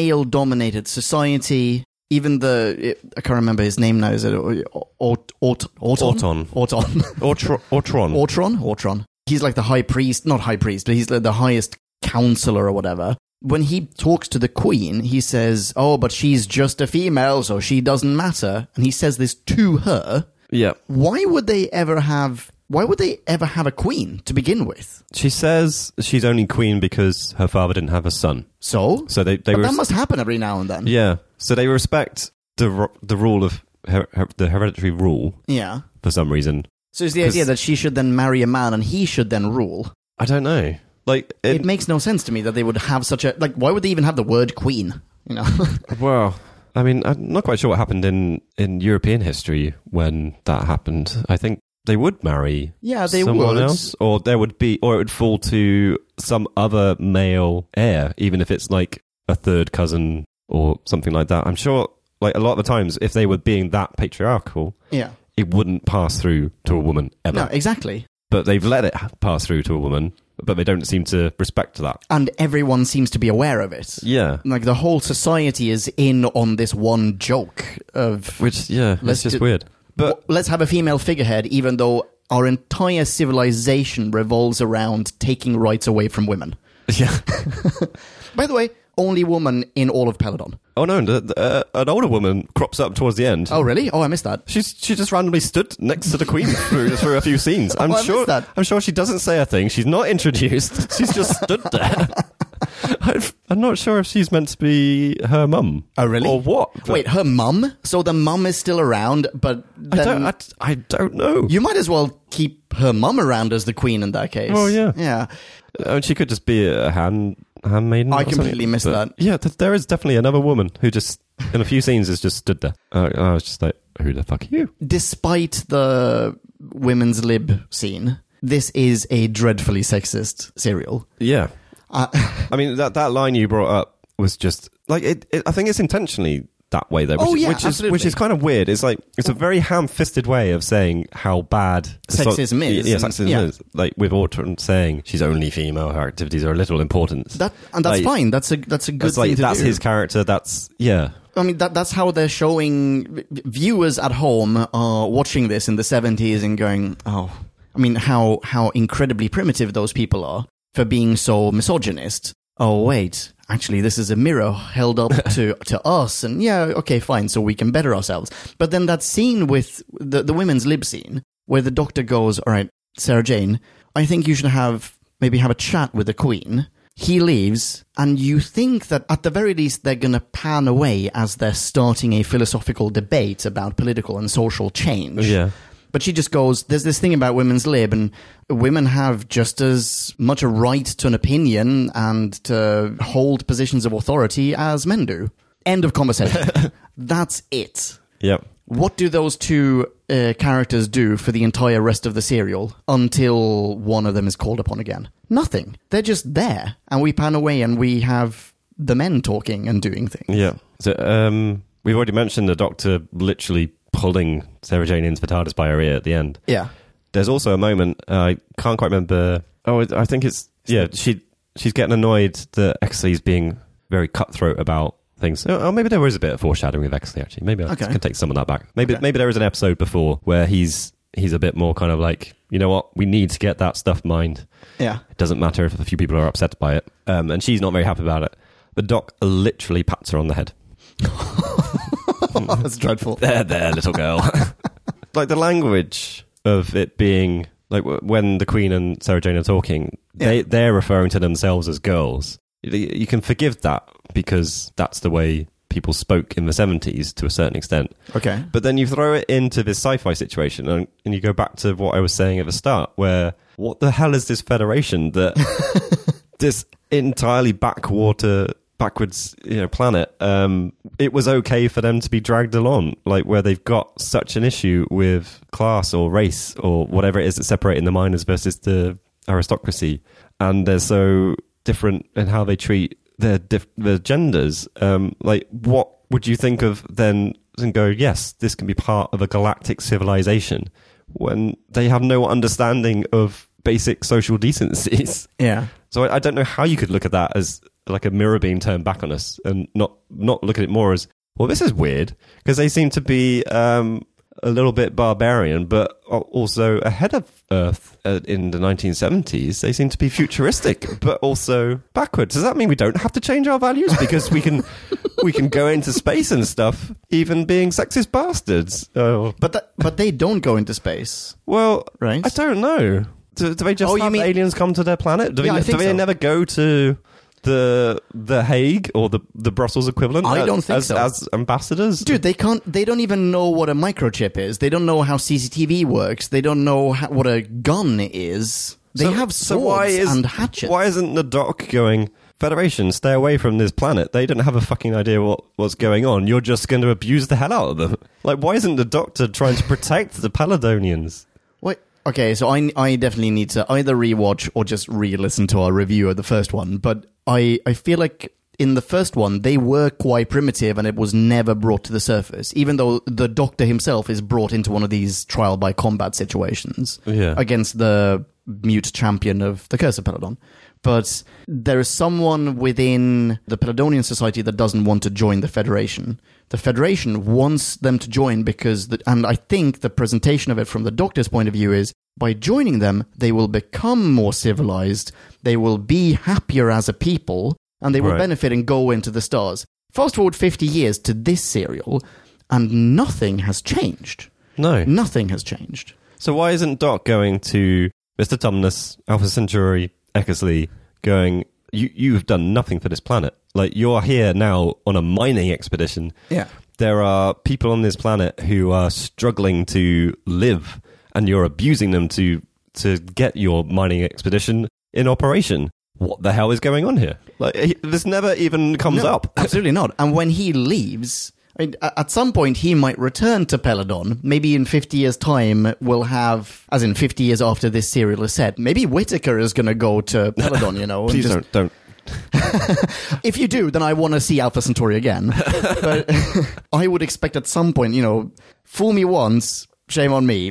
male-dominated society. Even the I can't remember his name now. Is it Aut- Aut- Aut- Auton?
Auton.
Auton.
Or, tr- or Tron.
Ortron? Ortron. He's like the high priest, not high priest, but he's like the highest counselor or whatever. When he talks to the queen, he says, Oh, but she's just a female, so she doesn't matter. And he says this to her.
yeah.
Why would they ever have. Why would they ever have a queen to begin with?
She says she's only queen because her father didn't have a son.
So,
So they they
but
were
that must happen every now and then.
yeah. So they respect the ru- the rule of her, her, the hereditary rule
Yeah.
for some reason.
So it's the
'Cause-
idea that she should then marry a man and he should then rule.
I don't know. Like
It,
it,
makes no sense to me that they would have such a like. Why would they even have the word queen? You know,
well, I mean, I'm not quite sure what happened in, in European history when that happened. I think they would marry
Yeah, they
someone
would.
else, or there would be, or it would fall to some other male heir, even if it's like a third cousin or something like that. I'm sure, like a lot of the times, if they were being that patriarchal,
Yeah.
it wouldn't pass through to a woman ever.
No, exactly.
But they've let it pass through to a woman, but they don't seem to respect that.
And everyone seems to be aware of it.
Yeah,
Like the whole society is in on this one joke of
which yeah,
Let's
it's just
do-
weird. But
"Well, let's have a female figurehead, even though our entire civilization revolves around taking rights away from women.
yeah.
By the way, only woman in all of Peladon.
Oh no! The, the, uh, an older woman crops up towards the end.
Oh, really? Oh, I missed that.
She's she just randomly stood next to the queen through, through a few scenes. I'm
Oh, I missed
sure.
that.
I'm sure she doesn't say a thing. She's not introduced. She's just stood there. I've, I'm not sure if she's meant to be her mum.
Oh, really?
Or what? but
Wait, her mum? So the mum is still around, but
I
then
don't. I, I don't know.
you might as well keep her mum around as the queen in that case.
Oh, yeah.
Yeah.
I mean, she could just be a hand handmaiden.
I
or something,
completely missed
but-
that.
Yeah, th- there is definitely another woman who just in a few scenes has just stood there. Uh, I was just like, who the fuck are you?
Despite the women's lib scene, this is a dreadfully sexist serial.
Yeah.
Uh,
I mean that that line you brought up was just like it. it I think it's intentionally that way though. Which,
Oh, yeah,
which is which
absolutely.
is kind of weird. It's like it's a very ham-fisted way of saying how bad
Sexism is,
Yeah,
and-
sexism
yeah.
is. Like with Autumn saying she's only female, her activities are a little important.
that and that's
Like,
fine. That's a that's a good
It's like
thing to
that's
do.
his character. That's yeah.
I mean, that that's how they're showing v- viewers at home are watching this in the seventies and going, oh, I mean, how how incredibly primitive those people are for being so misogynist. Oh wait, actually, this is a mirror held up to to us, and yeah, okay, fine, so we can better ourselves. But then that scene with the the women's lib scene where the doctor goes, all right, Sarah Jane, I think you should have maybe have a chat with the Queen. He leaves, and you think that at the very least they're going to pan away as they're starting a philosophical debate about political and social change.
Yeah.
But she just goes, there's this thing about women's lib, and women have just as much a right to an opinion and to hold positions of authority as men do. End of conversation. That's it.
Yeah.
What do those two uh, characters do for the entire rest of the serial until one of them is called upon again? Nothing. They're just there, and we pan away and we have the men talking and doing things.
Yeah. So um, we've already mentioned the doctor literally pulling Sarah Jane into the TARDIS by her ear at the end.
Yeah.
there's also a moment uh, I can't quite remember. Oh, I think it's yeah. She she's getting annoyed that Exley's being very cutthroat about things. Oh, oh, maybe there was a bit of foreshadowing with Exley actually. Maybe I
Okay.
can take some of that back. Maybe
Okay.
maybe there was an episode before where he's he's a bit more kind of like you know what we need to get that stuff mined.
Yeah.
It doesn't matter if a few people are upset by it, um, and she's not very happy about it. The doc literally pats her on the head.
That's dreadful.
there, there, little girl. like the language of it being like w- when the Queen and Sarah Jane are talking, they
Yeah.
they're referring to themselves as girls. You, you can forgive that because that's the way people spoke in the seventies to a certain extent.
Okay.
But then you throw it into this sci-fi situation, and, and you go back to what I was saying at the start, where what the hell is this federation that this entirely backwater, backwards, you know, planet? Um, it was okay for them to be dragged along, like where they've got such an issue with class or race or whatever it is that's separating the miners versus the aristocracy, and they're so different in how they treat their diff- their genders. Um, like, what would you think of then? And go, yes, this can be part of a galactic civilization when they have no understanding of basic social decencies.
Yeah.
So I, I don't know how you could look at that as like a mirror being turned back on us and not not look at it more as well. This is weird because they seem to be um, a little bit barbarian, but a- also ahead of Earth uh, in the 1970s. They seem to be futuristic, but also backwards. Does that mean we don't have to change our values because we can we can go into space and stuff, even being sexist bastards? Oh,
But that, but they don't go into space.
well,
Right.
I don't know. Do, do they just
Oh, you
have
mean-
aliens come to their planet? Do,
Yeah,
they,
I
do
think
they
so.
never go to the the Hague or the, the Brussels equivalent?
I
uh,
don't think
as,
so.
As ambassadors,
Dude, they can't. They don't even know what a microchip is. They don't know how CCTV works. They don't know how, what a gun is. They
So-
have swords
so why is,
and hatchets.
Why isn't the doc going? Federation, stay away from this planet. They don't have a fucking idea what, what's going on. You're just going to abuse the hell out of them. Like, why isn't the Doctor trying to protect the Paladonians?
Wait. Okay, so I, I definitely need to either rewatch or just re-listen to our review of the first one. But I, I feel like in the first one they were quite primitive and it was never brought to the surface. Even though the Doctor himself is brought into one of these trial by combat situations
Yeah.
against the mute champion of the Curse of Peladon. But there is someone within the Peladonian society that doesn't want to join the Federation. The Federation wants them to join because, the, and I think the presentation of it from the Doctor's point of view is by joining them, they will become more civilized, they will be happier as a people, and they will
Right.
benefit and go into the stars. Fast forward 50 years to this serial, and nothing has changed.
No.
Nothing has changed.
So why isn't Doc going to Mr. Tumnus, Alpha Centauri, Eckersley, going, you, you've done nothing for this planet. Like, you're here now on a mining expedition.
Yeah.
There are people on this planet who are struggling to live, and you're abusing them to, to get your mining expedition in operation. What the hell is going on here? Like, he- this never even comes
No,
up.
absolutely not. And when he leaves, I mean, a- at some point he might return to Peladon. Maybe in 50 years' time, we'll have, as in 50 years after this serial is set, maybe Whitaker is going to go to Peladon, you know. and
Please don't,
just-
don't.
If you do, then I want to see Alpha Centauri again. but I would expect at some point, you know, fool me once, shame on me.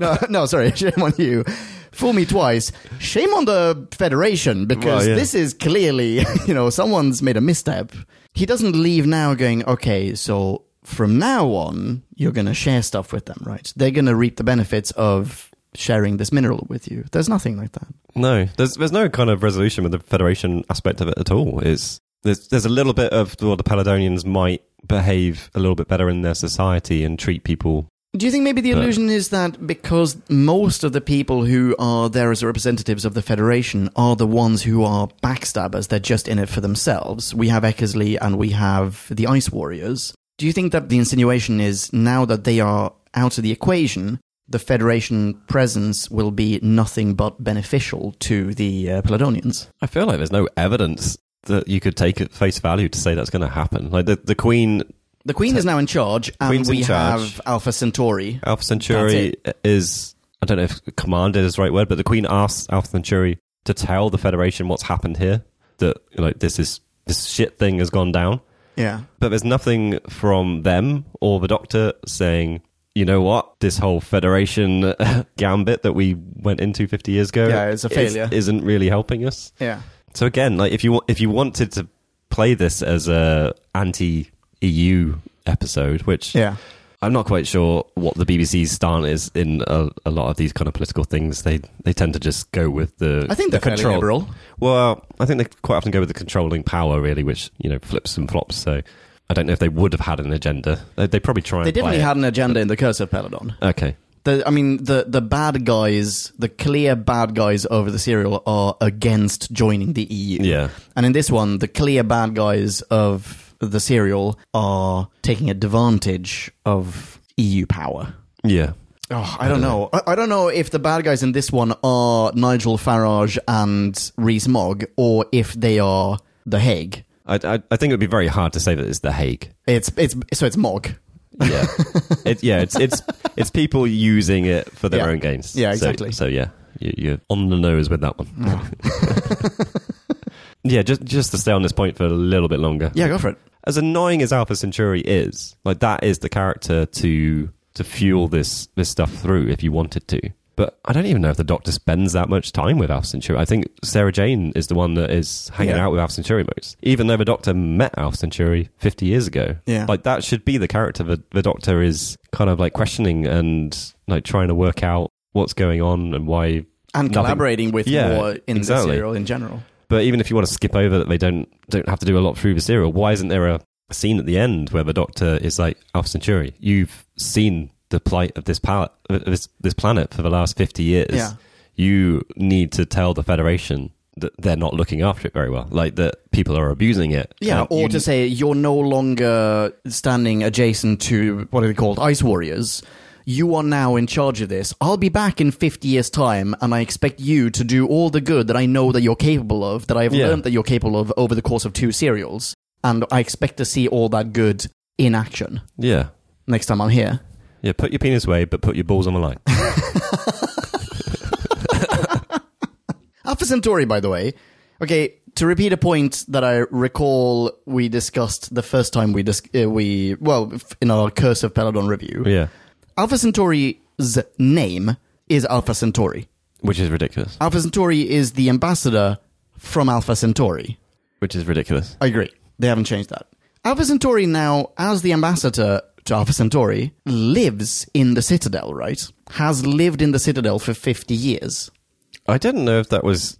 no, no, sorry, shame on you. Fool me twice, shame on the Federation because
Well, yeah.
this is clearly, you know, someone's made a misstep. He doesn't leave now going, okay, so from now on, you're going to share stuff with them, right? They're going to reap the benefits of sharing this mineral with you. There's nothing like that.
No, there's there's no kind of resolution with the Federation aspect of it at all. It's there's there's a little bit of well, the Paladonians might behave a little bit better in their society and treat people.
Do you think maybe the
But-
illusion is that because most of the people who are there as representatives of the Federation are the ones who are backstabbers, they're just in it for themselves? We have Eckersley and we have the Ice Warriors. Do you think that the insinuation is now that they are out of the equation, the Federation presence will be nothing but beneficial to the uh, Peladonians?
I feel like there's no evidence that you could take at face value to say that's going to happen. Like the the Queen
The Queen is now in charge, and
Queen's in
we
charge.
have Alpha Centauri.
Alpha Centauri is I don't know if commanded is the right word, but the Queen asks Alpha Centauri to tell the Federation what's happened here. That like this is this shit thing has gone down.
Yeah.
But there's nothing from them or the doctor saying, you know what, this whole Federation gambit that we went into 50 years ago
Yeah, it's a failure.
Is, not really helping us.
Yeah.
So again, like if you wa- if you wanted to play this as a anti EU episode, which
Yeah.
I'm not quite sure what the BBC's stance is in a, a lot of these kind of political things. They they tend to just go with the
I think they're
the
fairly liberal.
well, I think they quite often go with the controlling power, really, which you know flips and flops. So I don't know if they would have had an agenda. They, they probably try.
They
and play
definitely
it.
had an agenda in the Curse of Peladon.
Okay,
The, I mean, the, the bad guys, the clear bad guys over the serial are against joining the EU.
yeah,
And in this one, the clear bad guys of the serial are taking advantage of EU power.
yeah.
Oh, I don't know. I, I don't know if the bad guys in this one are Nigel Farage and Rees Mogg, or if they are The Hague.
I, I I think it would be very hard to say that it's the Hague.
It's it's so it's Mogg.
Yeah, it, yeah. It's it's it's people using it for their
Yeah.
own gains.
Yeah,
So-
exactly.
So, yeah, you, you're on the nose with that one. yeah, just just to stay on this point for a little bit longer.
Yeah, go for it.
as annoying as Alpha Centauri is, like that is the character to to fuel this this stuff through if you wanted to. But I don't even know if the Doctor spends that much time with Alpha Centauri. I think Sarah Jane is the one that is hanging
Yeah.
out with Alpha Centauri most. Even though the Doctor met Alpha Centauri 50 years ago.
Yeah.
Like that should be the character that the Doctor is kind of like questioning and like trying to work out what's going on and why
And
Nothing.
collaborating with
Yeah,
more in the
exactly.
serial in general.
but even if you want to skip over that they don't don't have to do a lot through the serial, why isn't there a scene at the end where the doctor is like, Alpha Centauri, you've seen the plight of this palette of this this planet for the last fifty years.
Yeah.
You need to tell the Federation that they're not looking after it very well. Like that people are abusing it.
Yeah,
And
or
you-
to say you're no longer standing adjacent to what are they called, ice warriors. you are now in charge of this. I'll be back in 50 years' time, and I expect you to do all the good that I know that you're capable of, that I've
Yeah.
learned that you're capable of over the course of two serials. And I expect to see all that good in action
Yeah.
next time I'm here.
Yeah, put your penis away, but put your balls on the line.
Alpha Centauri, by the way. Okay, to repeat a point that I recall we discussed the first time we dis- uh, we well f- in our Curse of Peladon review.
yeah.
Alpha Centauri's name is Alpha Centauri.
Which is ridiculous.
Alpha Centauri is the ambassador from Alpha Centauri.
Which is ridiculous.
I agree. They haven't changed that. Alpha Centauri now, as the ambassador to Alpha Centauri, lives in the Citadel, right? Has lived in the Citadel for 50 years.
I didn't know if that was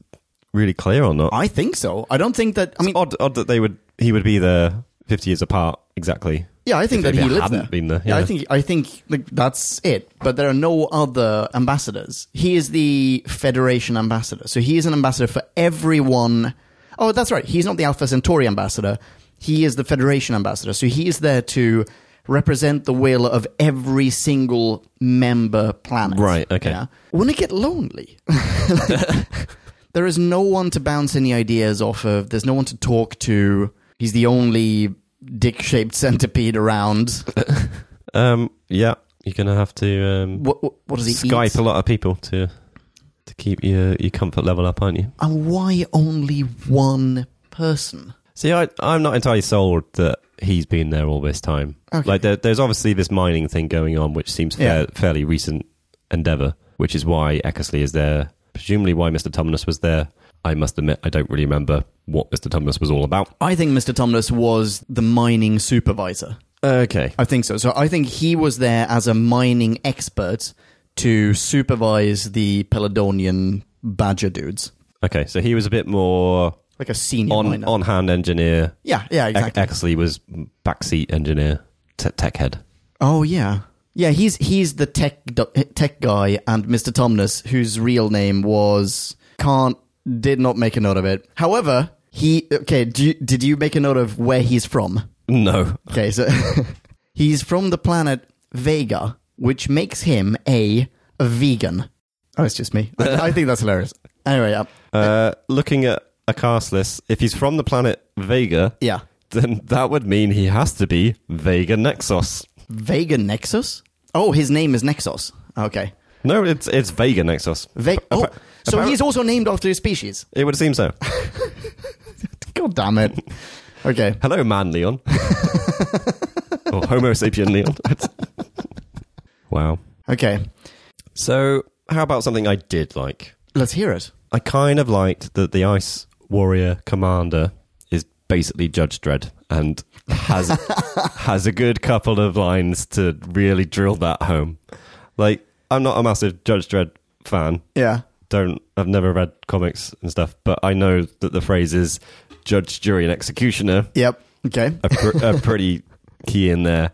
really clear or not.
I think so. I don't think that. I mean,
odd, odd that they would. He would be there fifty years apart exactly.
Yeah, I think
If
that he
maybe I
lives
hadn't
there.
been there,
I
yeah.
think I think like, that's it. But there are no other ambassadors. He is the Federation ambassador, so he is an ambassador for everyone. Oh, that's right. He's not the Alpha Centauri ambassador. He is the Federation ambassador, so he is there to represent the will of every single member planet.
Right, okay.
Wouldn't it get lonely? Like, there is no one to bounce any ideas off of. There's no one to talk to. He's the only dick-shaped centipede around.
Um, yeah, you're gonna have to um,
What, what, what does he
Skype a
eat?
lot of people to to keep your your comfort level up, aren't you?
And why only one person?
See, I I'm not entirely sold that he's been there all this time.
Okay.
Like there, there's obviously this mining thing going on, which seems fair,
Yeah.
fairly recent endeavor, which is why Eckersley is there. Presumably, why Mister Tumnus was there. I must admit, I don't really remember what Mister Tumnus was all about.
I think Mr. Tumnus was the mining supervisor.
Okay.
I think so. So I think he was there as a mining expert to supervise the Peladonian badger dudes,
Okay, so he was a bit more
like a senior
on
miner.
on hand engineer.
Yeah, yeah, exactly.
Exley was backseat engineer, te- tech head.
Oh yeah, yeah. He's he's the tech du- tech guy, and Mr. Tomness, whose real name was can't did not make a note of it. However, he okay. Do you, did you make a note of where he's from?
No,
Okay, so he's from the planet Vega, which makes him a, a vegan. Oh, it's just me. I, I think that's hilarious. Anyway, uh,
uh, looking at a cast list, if he's from the planet Vega,
yeah,
then that would mean he has to be Vega Nexus.
Vega Nexus. Oh, his name is Nexus. Okay,
No, it's it's Vega Nexus.
Ve- oh,
appa-
so
appar-
he's also named after his species.
It would seem so.
God damn it. Okay.
Hello, man, Leon. or Homo sapien Leon. wow.
Okay.
So, how about something I did like?
Let's hear it.
I kind of liked that the Ice Warrior Commander is basically Judge Dredd and has has a good couple of lines to really drill that home. Like, I'm not a massive Judge Dredd fan.
Yeah.
Don't I've never read comics and stuff, but I know that the phrase is judge, jury, and executioner
Yep. Okay.
are, pr- are pretty key in there.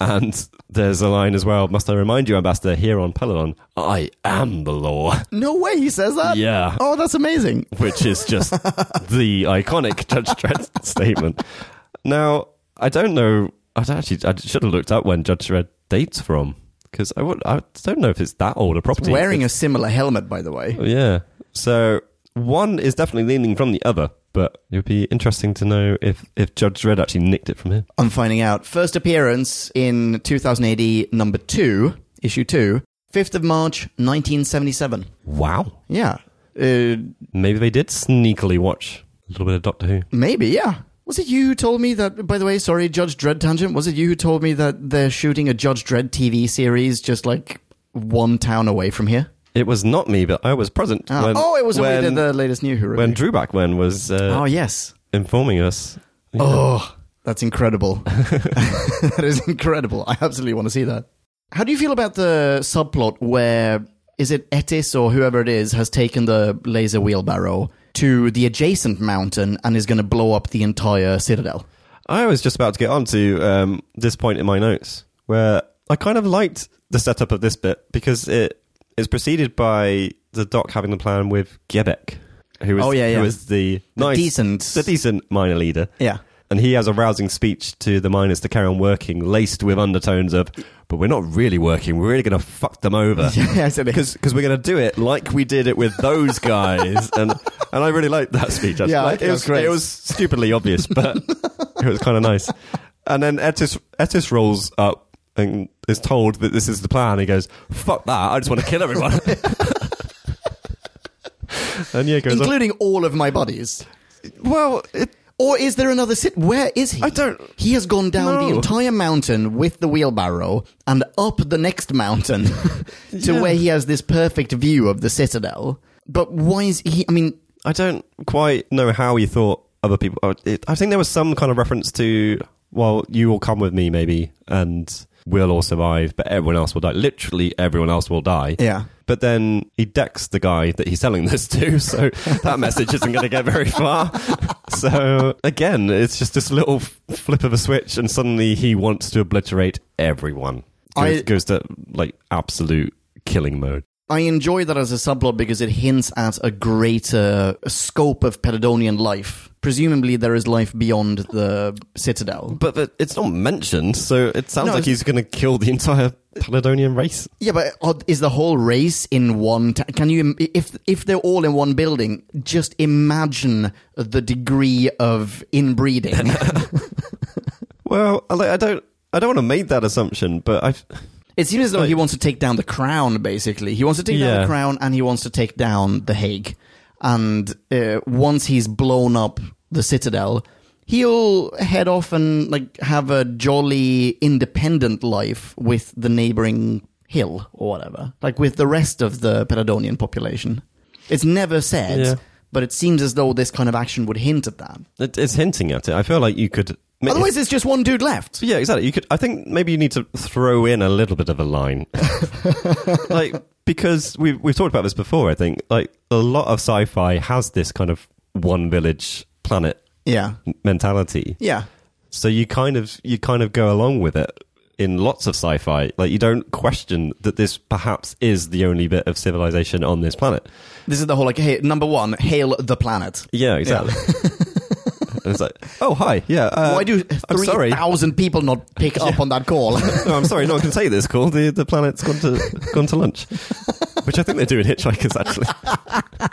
And there's a line as well. Must I remind you, Ambassador, here on Peladon, I am the law.
No way he says that.
Yeah
Oh, that's amazing.
which is just the iconic Judge Dredd statement. Now, I don't know. I'd actually I should have looked up when Judge Dredd dates from because I would I don't know if it's that old a property. Oh,
Wearing a similar helmet, by the way.
yeah. So one is definitely leaning from the other, but it would be interesting to know if if Judge Dredd actually nicked it from him.
I'm finding out. First appearance in 2000 AD, number two, issue two, 5th of March, 1977.
Wow.
Yeah. Uh,
Maybe they did sneakily watch a little bit of Doctor Who.
maybe, yeah. Was it you who told me that, by the way, sorry, Judge Dredd tangent? Was it you who told me that they're shooting a Judge Dredd TV series just like one town away from here?
It was not me, but I was present.
Ah.
when-
oh, it was when we
when,
did the latest New Who review.
when Drew Backman was uh,
oh, yes.
informing us.
Oh, that's incredible. that is incredible. I absolutely want to see that. How do you feel about the subplot where is it Etis or whoever it is has taken the laser wheelbarrow to the adjacent mountain and is going to blow up the entire citadel?
I was just about to get on to um, this point in my notes where I kind of liked the setup of this bit because it is preceded by the doc having the plan with Gebek, who was,
Oh, yeah, yeah.
who was the
The
nice,
decent.
the decent minor leader.
yeah.
And he has a rousing speech to the miners to carry on working, laced with undertones of, but we're not really working. We're really going to fuck them over.
Yeah, I said it.
Because we're going to do it like we did it with those guys. and and I really liked that speech. actually.
Yeah, I
Like,
think
it
that
was
was great.
It was stupidly obvious, but it was kind of nice. And then Etis, Etis rolls up and is told that this is the plan. He goes, fuck that. I just want to kill everyone. and yeah, goes on.
including all of my bodies.
Well, it,
Or is there another sit? Where is he?
I don't-
He has gone down the
No.
entire mountain with the wheelbarrow and up the next mountain to
Yeah.
where he has this perfect view of the citadel. But why is he? I mean,
I don't quite know how he thought other people. oh, It, I think there was some kind of reference to, well, you will come with me, maybe, and we'll all survive, but everyone else will die. Literally, everyone else will die.
yeah.
But then he decks the guy that he's selling this to, so that message isn't going to get very far. So again, it's just this little f- flip of a switch, and suddenly he wants to obliterate everyone. Goes,
I-
goes to like absolute killing mode.
I enjoy that as a subplot because it hints at a greater scope of Peridonian life. Presumably, there is life beyond the citadel.
But, but it's not mentioned, so it sounds
No,
like
it's-
he's going to kill the entire Caledonian race.
Yeah, but uh, is the whole race in one? ta can you im- if if they're all in one building? Just imagine the degree of inbreeding.
Well, I, I don't, I don't want to make that assumption, but I,
it seems as though he wants to take down the crown. Basically, he wants to take down the
Yeah.
crown, and he wants to take down the Hague. And uh, once he's blown up the citadel, he'll head off and like have a jolly, independent life with the neighboring hill or whatever, like with the rest of the Peridonian population. It's never said,
Yeah.
but it seems as though this kind of action would hint at that.
it, it's hinting at it. I feel like you could.
Otherwise, it's just one dude left.
yeah, exactly. You could. I think maybe you need to throw in a little bit of a line, like because we've we've talked about this before. I think like a lot of sci-fi has this kind of one village planet
Yeah,
mentality.
yeah.
So you kind of you kind of go along with it in lots of sci-fi. Like you don't question that this perhaps is the only bit of civilization on this planet.
This is the whole like, hey, number one, hail the planet.
Yeah, exactly. and it's like, oh hi, yeah. Uh,
Why do
I'm sorry.
three thousand people not pick up on that call?
No, I'm sorry, no one can take this call. The the planet's gone to gone to lunch, which I think they do in Hitchhikers actually.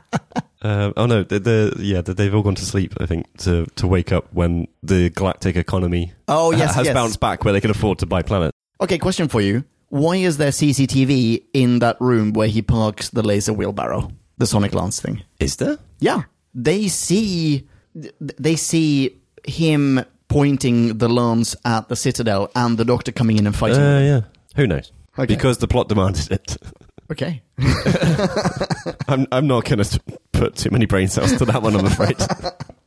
Um, oh no, the, the yeah, the, they've all gone to sleep. I think to to wake up when the galactic economy
oh yes,
has
yes.
bounced back where they can afford to buy planets.
Okay, question for you: Why is there CCTV in that room where he parks the laser wheelbarrow, the sonic lance thing?
Is there?
Yeah, they see th- they see him pointing the lance at the citadel and the doctor coming in and
Uh,
fighting. him.
yeah. Who knows?
Okay.
Uh, Because the plot demanded it.
Okay,
I'm I'm not going to put too many brain cells to that one. I'm afraid.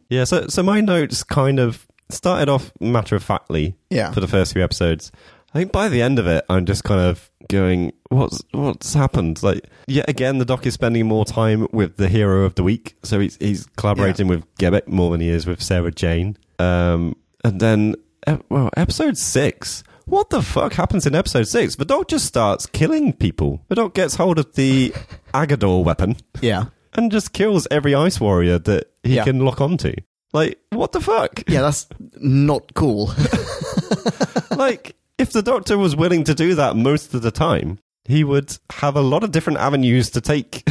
yeah. So so my notes kind of started off matter of factly.
yeah.
for the first few episodes. I think by the end of it, I'm just kind of going, "What's what's happened?" Like yet again, the doc is spending more time with the hero of the week, so he's he's collaborating with Gebet more than he is with Sarah Jane. Um, and then, eh, well, episode six. What the fuck happens in episode six? The doc just starts killing people. The doc gets hold of the Agador weapon
yeah.
and just kills every ice warrior that he
Yeah.
can lock onto. Like, what the fuck?
Yeah, that's not cool.
like if the doctor was willing to do that most of the time he would have a lot of different avenues to take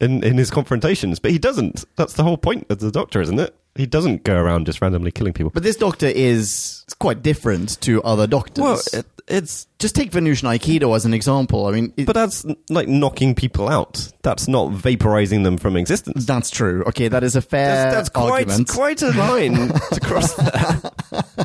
in in his confrontations but he doesn't that's the whole point of the doctor isn't it he doesn't go around just randomly killing people
But this doctor is it's quite different to other doctors.
well it, it's
Just take Venusian Aikido as an example. I mean, it,
but that's like knocking people out that's not vaporizing them from existence
that's true. Okay, that is a fair
that's, that's quite
argument.
quite a line to cross there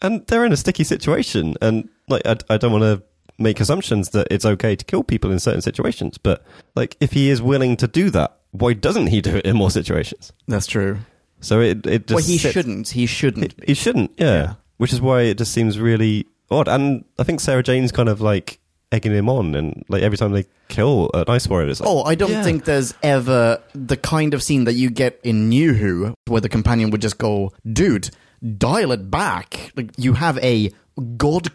and they're in a sticky situation and like i, I don't want to make assumptions that it's okay to kill people in certain situations but like if he is willing to do that why doesn't he do it in more situations
that's true.
so it it just
well, he
sits-
shouldn't. He shouldn't.
he shouldn't yeah.
Yeah.
which is why it just seems really odd and i think sarah jane's kind of like egging him on and like every time they kill an ice warrior it's like
Oh, I don't
Yeah.
think there's ever the kind of scene that you get in New Who where the companion would just go, dude, dial it back. Like, you have a god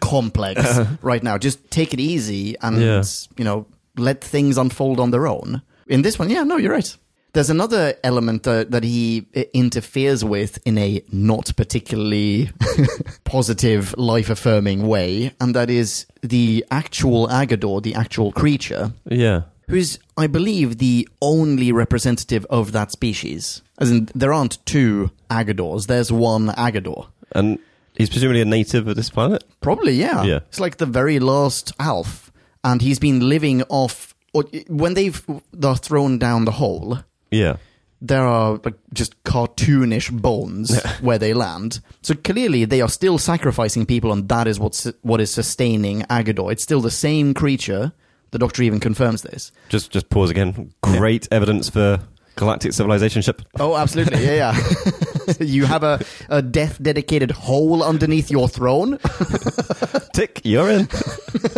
complex right now. Just take it easy and,
Uh-huh. Yeah.
you know, let things unfold on their own. In this one, yeah, no, you're right. There's another element that, that he uh, interferes with in a not particularly positive, life affirming way, and that is the actual Agador, the actual creature,
Yeah.
who's, I believe, the only representative of that species. As in, there aren't two Agadors, there's one Agador.
And he's presumably a native of this planet.
Probably, yeah.
Yeah.
It's like the very last Alf, and he's been living off. Or when they've they're thrown down the hole,
Yeah.
there are like just cartoonish bones where they land. So clearly, they are still sacrificing people, and that is what's what is sustaining Agador. It's still the same creature. The Doctor even confirms this.
Just just pause again. Great evidence for galactic civilization ship.
Oh, absolutely, yeah, yeah. you have a, a death dedicated hole underneath your throne.
Tick, you're in.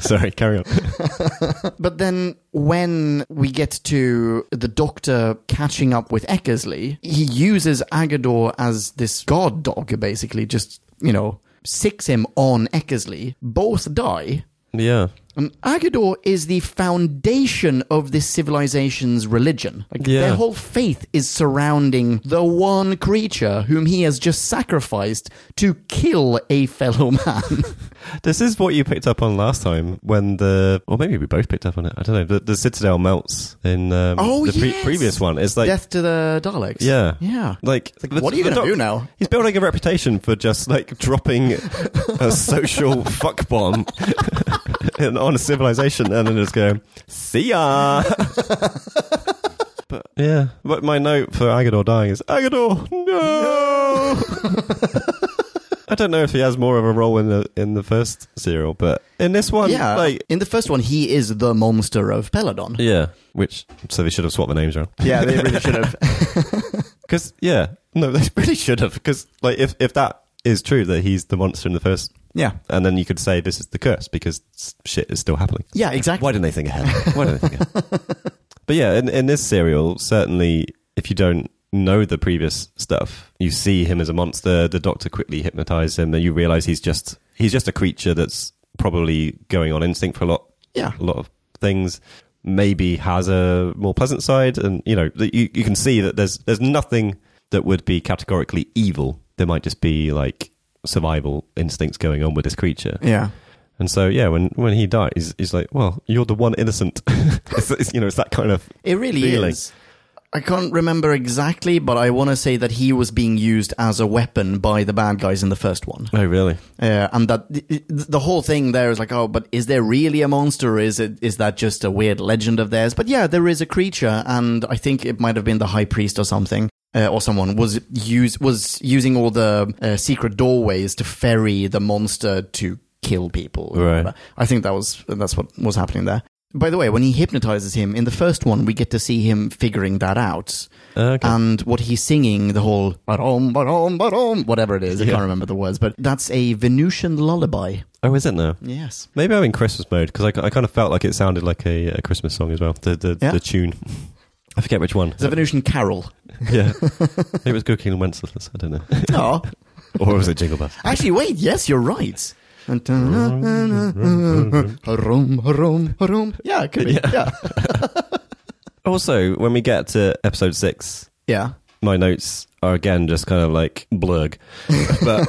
Sorry, carry on.
But then when we get to the Doctor catching up with Eckersley, he uses Agador as this god dog, basically, just, you know, sicks him on Eckersley. Both die.
Yeah.
And Um, Agador is the foundation of this civilization's religion. Like,
Yeah.
Their whole faith is surrounding the one creature whom he has just sacrificed to kill a fellow man.
This is what you picked up on last time when the, or maybe we both picked up on it. I don't know. The, the Citadel melts in um,
Oh,
the pre-
yes.
previous one. It's like,
Death to the Daleks.
yeah,
Yeah.
Like, the-
what are you
the
going to
doc-
do now?
He's building a reputation for just like dropping a social fuck bomb in- on a civilization, and then just going, "See ya." but yeah, but my note for Agador dying is Agador, no. I don't know if he has more of a role in the in the first serial, but in this one,
yeah,
like,
in the first one, he is the monster of Peladon.
yeah, which so they should have swapped the names around.
Yeah, they really should have.
Because yeah, no, they really should have. Because like, if if that is true that he's the monster in the first,
yeah,
and then you could say this is the curse because s- shit is still happening.
yeah, exactly.
Why didn't they think ahead? Why didn't they think ahead? but yeah, in, in this serial, certainly if you don't know the previous stuff, you see him as a monster. The doctor quickly hypnotizes him, and you realize he's just he's just a creature that's probably going on instinct for a lot
Yeah,
a lot of things maybe has a more pleasant side and you know that you, you can see that there's there's nothing that would be categorically evil there might just be like survival instincts going on with this creature
yeah,
and so yeah when when he dies he's, he's like well you're the one innocent it's, it's, you know it's that kind of
it really
Feeling.
is. I can't remember exactly, but I want to say that he was being used as a weapon by the bad guys in the first one,
oh really
uh, and that the, the whole thing there is like, oh, but is there really a monster? Or is it is that just a weird legend of theirs? But yeah, there is a creature, and I think it might have been the high priest or something. uh, or someone was use was using all the uh, secret doorways to ferry the monster to kill people. or
Right.
whatever. I think that was that's what was happening there. By the way, when he hypnotizes him in the first one, we get to see him figuring that out,
Uh, okay
and what he's singing, the whole "Barom, barom, barom," whatever it is, I
Yeah.
can't remember the words, but that's a Venusian lullaby.
oh is it now
Yes.
maybe i'm in christmas mode because I, I kind of felt like it sounded like a, a christmas song as well the the,
Yeah.
the tune i forget which one
It's a Venusian carol.
yeah it was good king and wenceslas i don't know
Oh,
or was it jingle bells
actually, wait. Yes, you're right. Harum, harum, harum. Yeah, it could be.
Yeah.
yeah.
Also, when we get to episode six,
Yeah.
my notes are again just kind of like blurg. But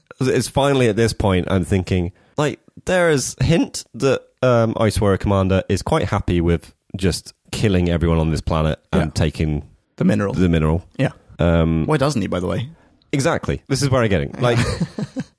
it's finally at this point I'm thinking, like, there is hint that um, Icewear Commander is quite happy with just killing everyone on this planet and
Yeah.
taking
The mineral.
the mineral.
yeah.
Um,
Why doesn't he, by the way?
Exactly. This is where I'm getting. Like,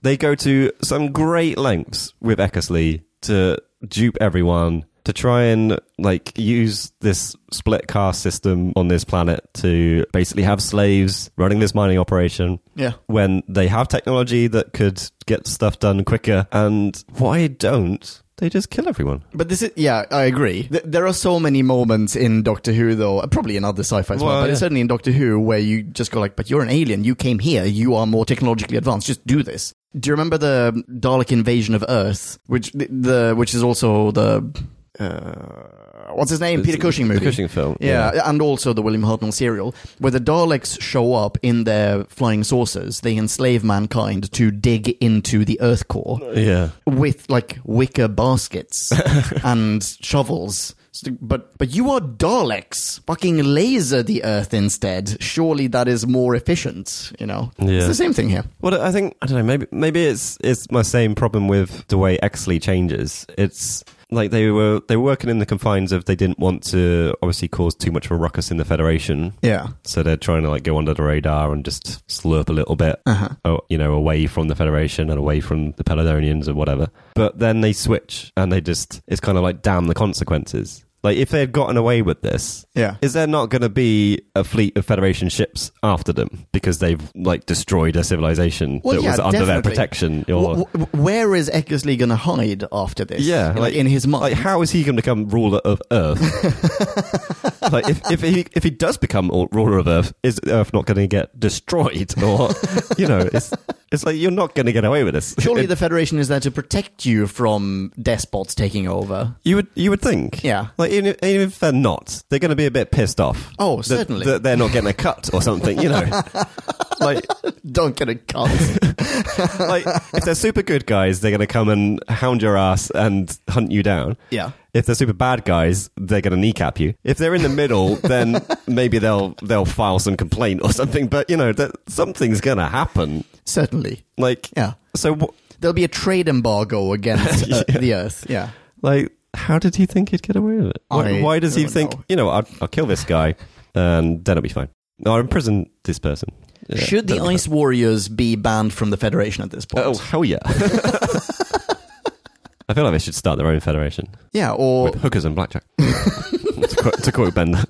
they go to some great lengths with Eckersley to dupe everyone, to try and, like, use this split caste system on this planet to basically have slaves running this mining operation
Yeah.
when they have technology that could get stuff done quicker. And why don't they just kill everyone?
But this is, yeah, I agree. Th- there are so many moments in Doctor Who, though, uh, probably in other sci fi as well,
Well,
but
yeah.
certainly in Doctor Who, where you just go like, but you're an alien, you came here, you are more technologically advanced, just do this. Do you remember the Dalek invasion of Earth, which the, the which is also the uh, what's his name Peter Cushing
The
movie?
Cushing film.
Yeah, and also the William Hartnell serial, where the Daleks show up in their flying saucers. They enslave mankind to dig into the Earth core
Yeah.
with like wicker baskets and shovels So, but but you are Daleks. Fucking laser the Earth instead. Surely that is more efficient. You know, it's
Yeah.
the same thing here.
Well, I think I don't know. Maybe maybe it's it's my same problem with the way Exley changes. It's like they were they were working in the confines of they didn't want to obviously cause too much of a ruckus in the Federation,
Yeah.
so they're trying to like go under the radar and just slurp a little bit,
Uh huh.
oh, you know, away from the Federation and away from the Peladonians or whatever. But then they switch and they just it's kind of like damn the consequences. Like if they had gotten away with this,
Yeah.
is there not going to be a fleet of Federation ships after them because they've like destroyed a civilization
Well,
that
yeah,
was under their
definitely.
protection? Or
W- w- where is Eckersley going to hide after this?
yeah,
like, in his mind.
like how is he going to become ruler of Earth? like if, if he if he does become all- ruler of Earth, is Earth not going to get destroyed? Or you know, it's it's like you're not going to get away with this.
Surely
It-
the Federation is there to protect you from despots taking over.
you would you would think,
Yeah.
Like even if, even if they're not, they're going to be a bit pissed off.
Oh,
that-
certainly.
that they're not getting a cut or something. You know, like
Don't get a cut.
like if they're super good guys, they're going to come and hound your ass and hunt you down.
Yeah.
If they're super bad guys, they're going to kneecap you. If they're in the middle, then maybe they'll they'll file some complaint or something. But you know that something's going to happen.
Certainly.
Like
Yeah.
So wh-
There'll be a trade embargo against uh, the Earth. Yeah.
like, how did he think he'd get away with it? Why,
I
why does he
don't
think
know.
you know I'll, I'll kill this guy and then it'll be fine? No, I'll imprison this person. Yeah,
Should the
that'll be
Ice Warriors be banned from the Federation at this
fine.
point?
Oh hell yeah! I feel like they should start their own federation.
Yeah, or
with hookers and blackjack. to, quote, to quote Bender.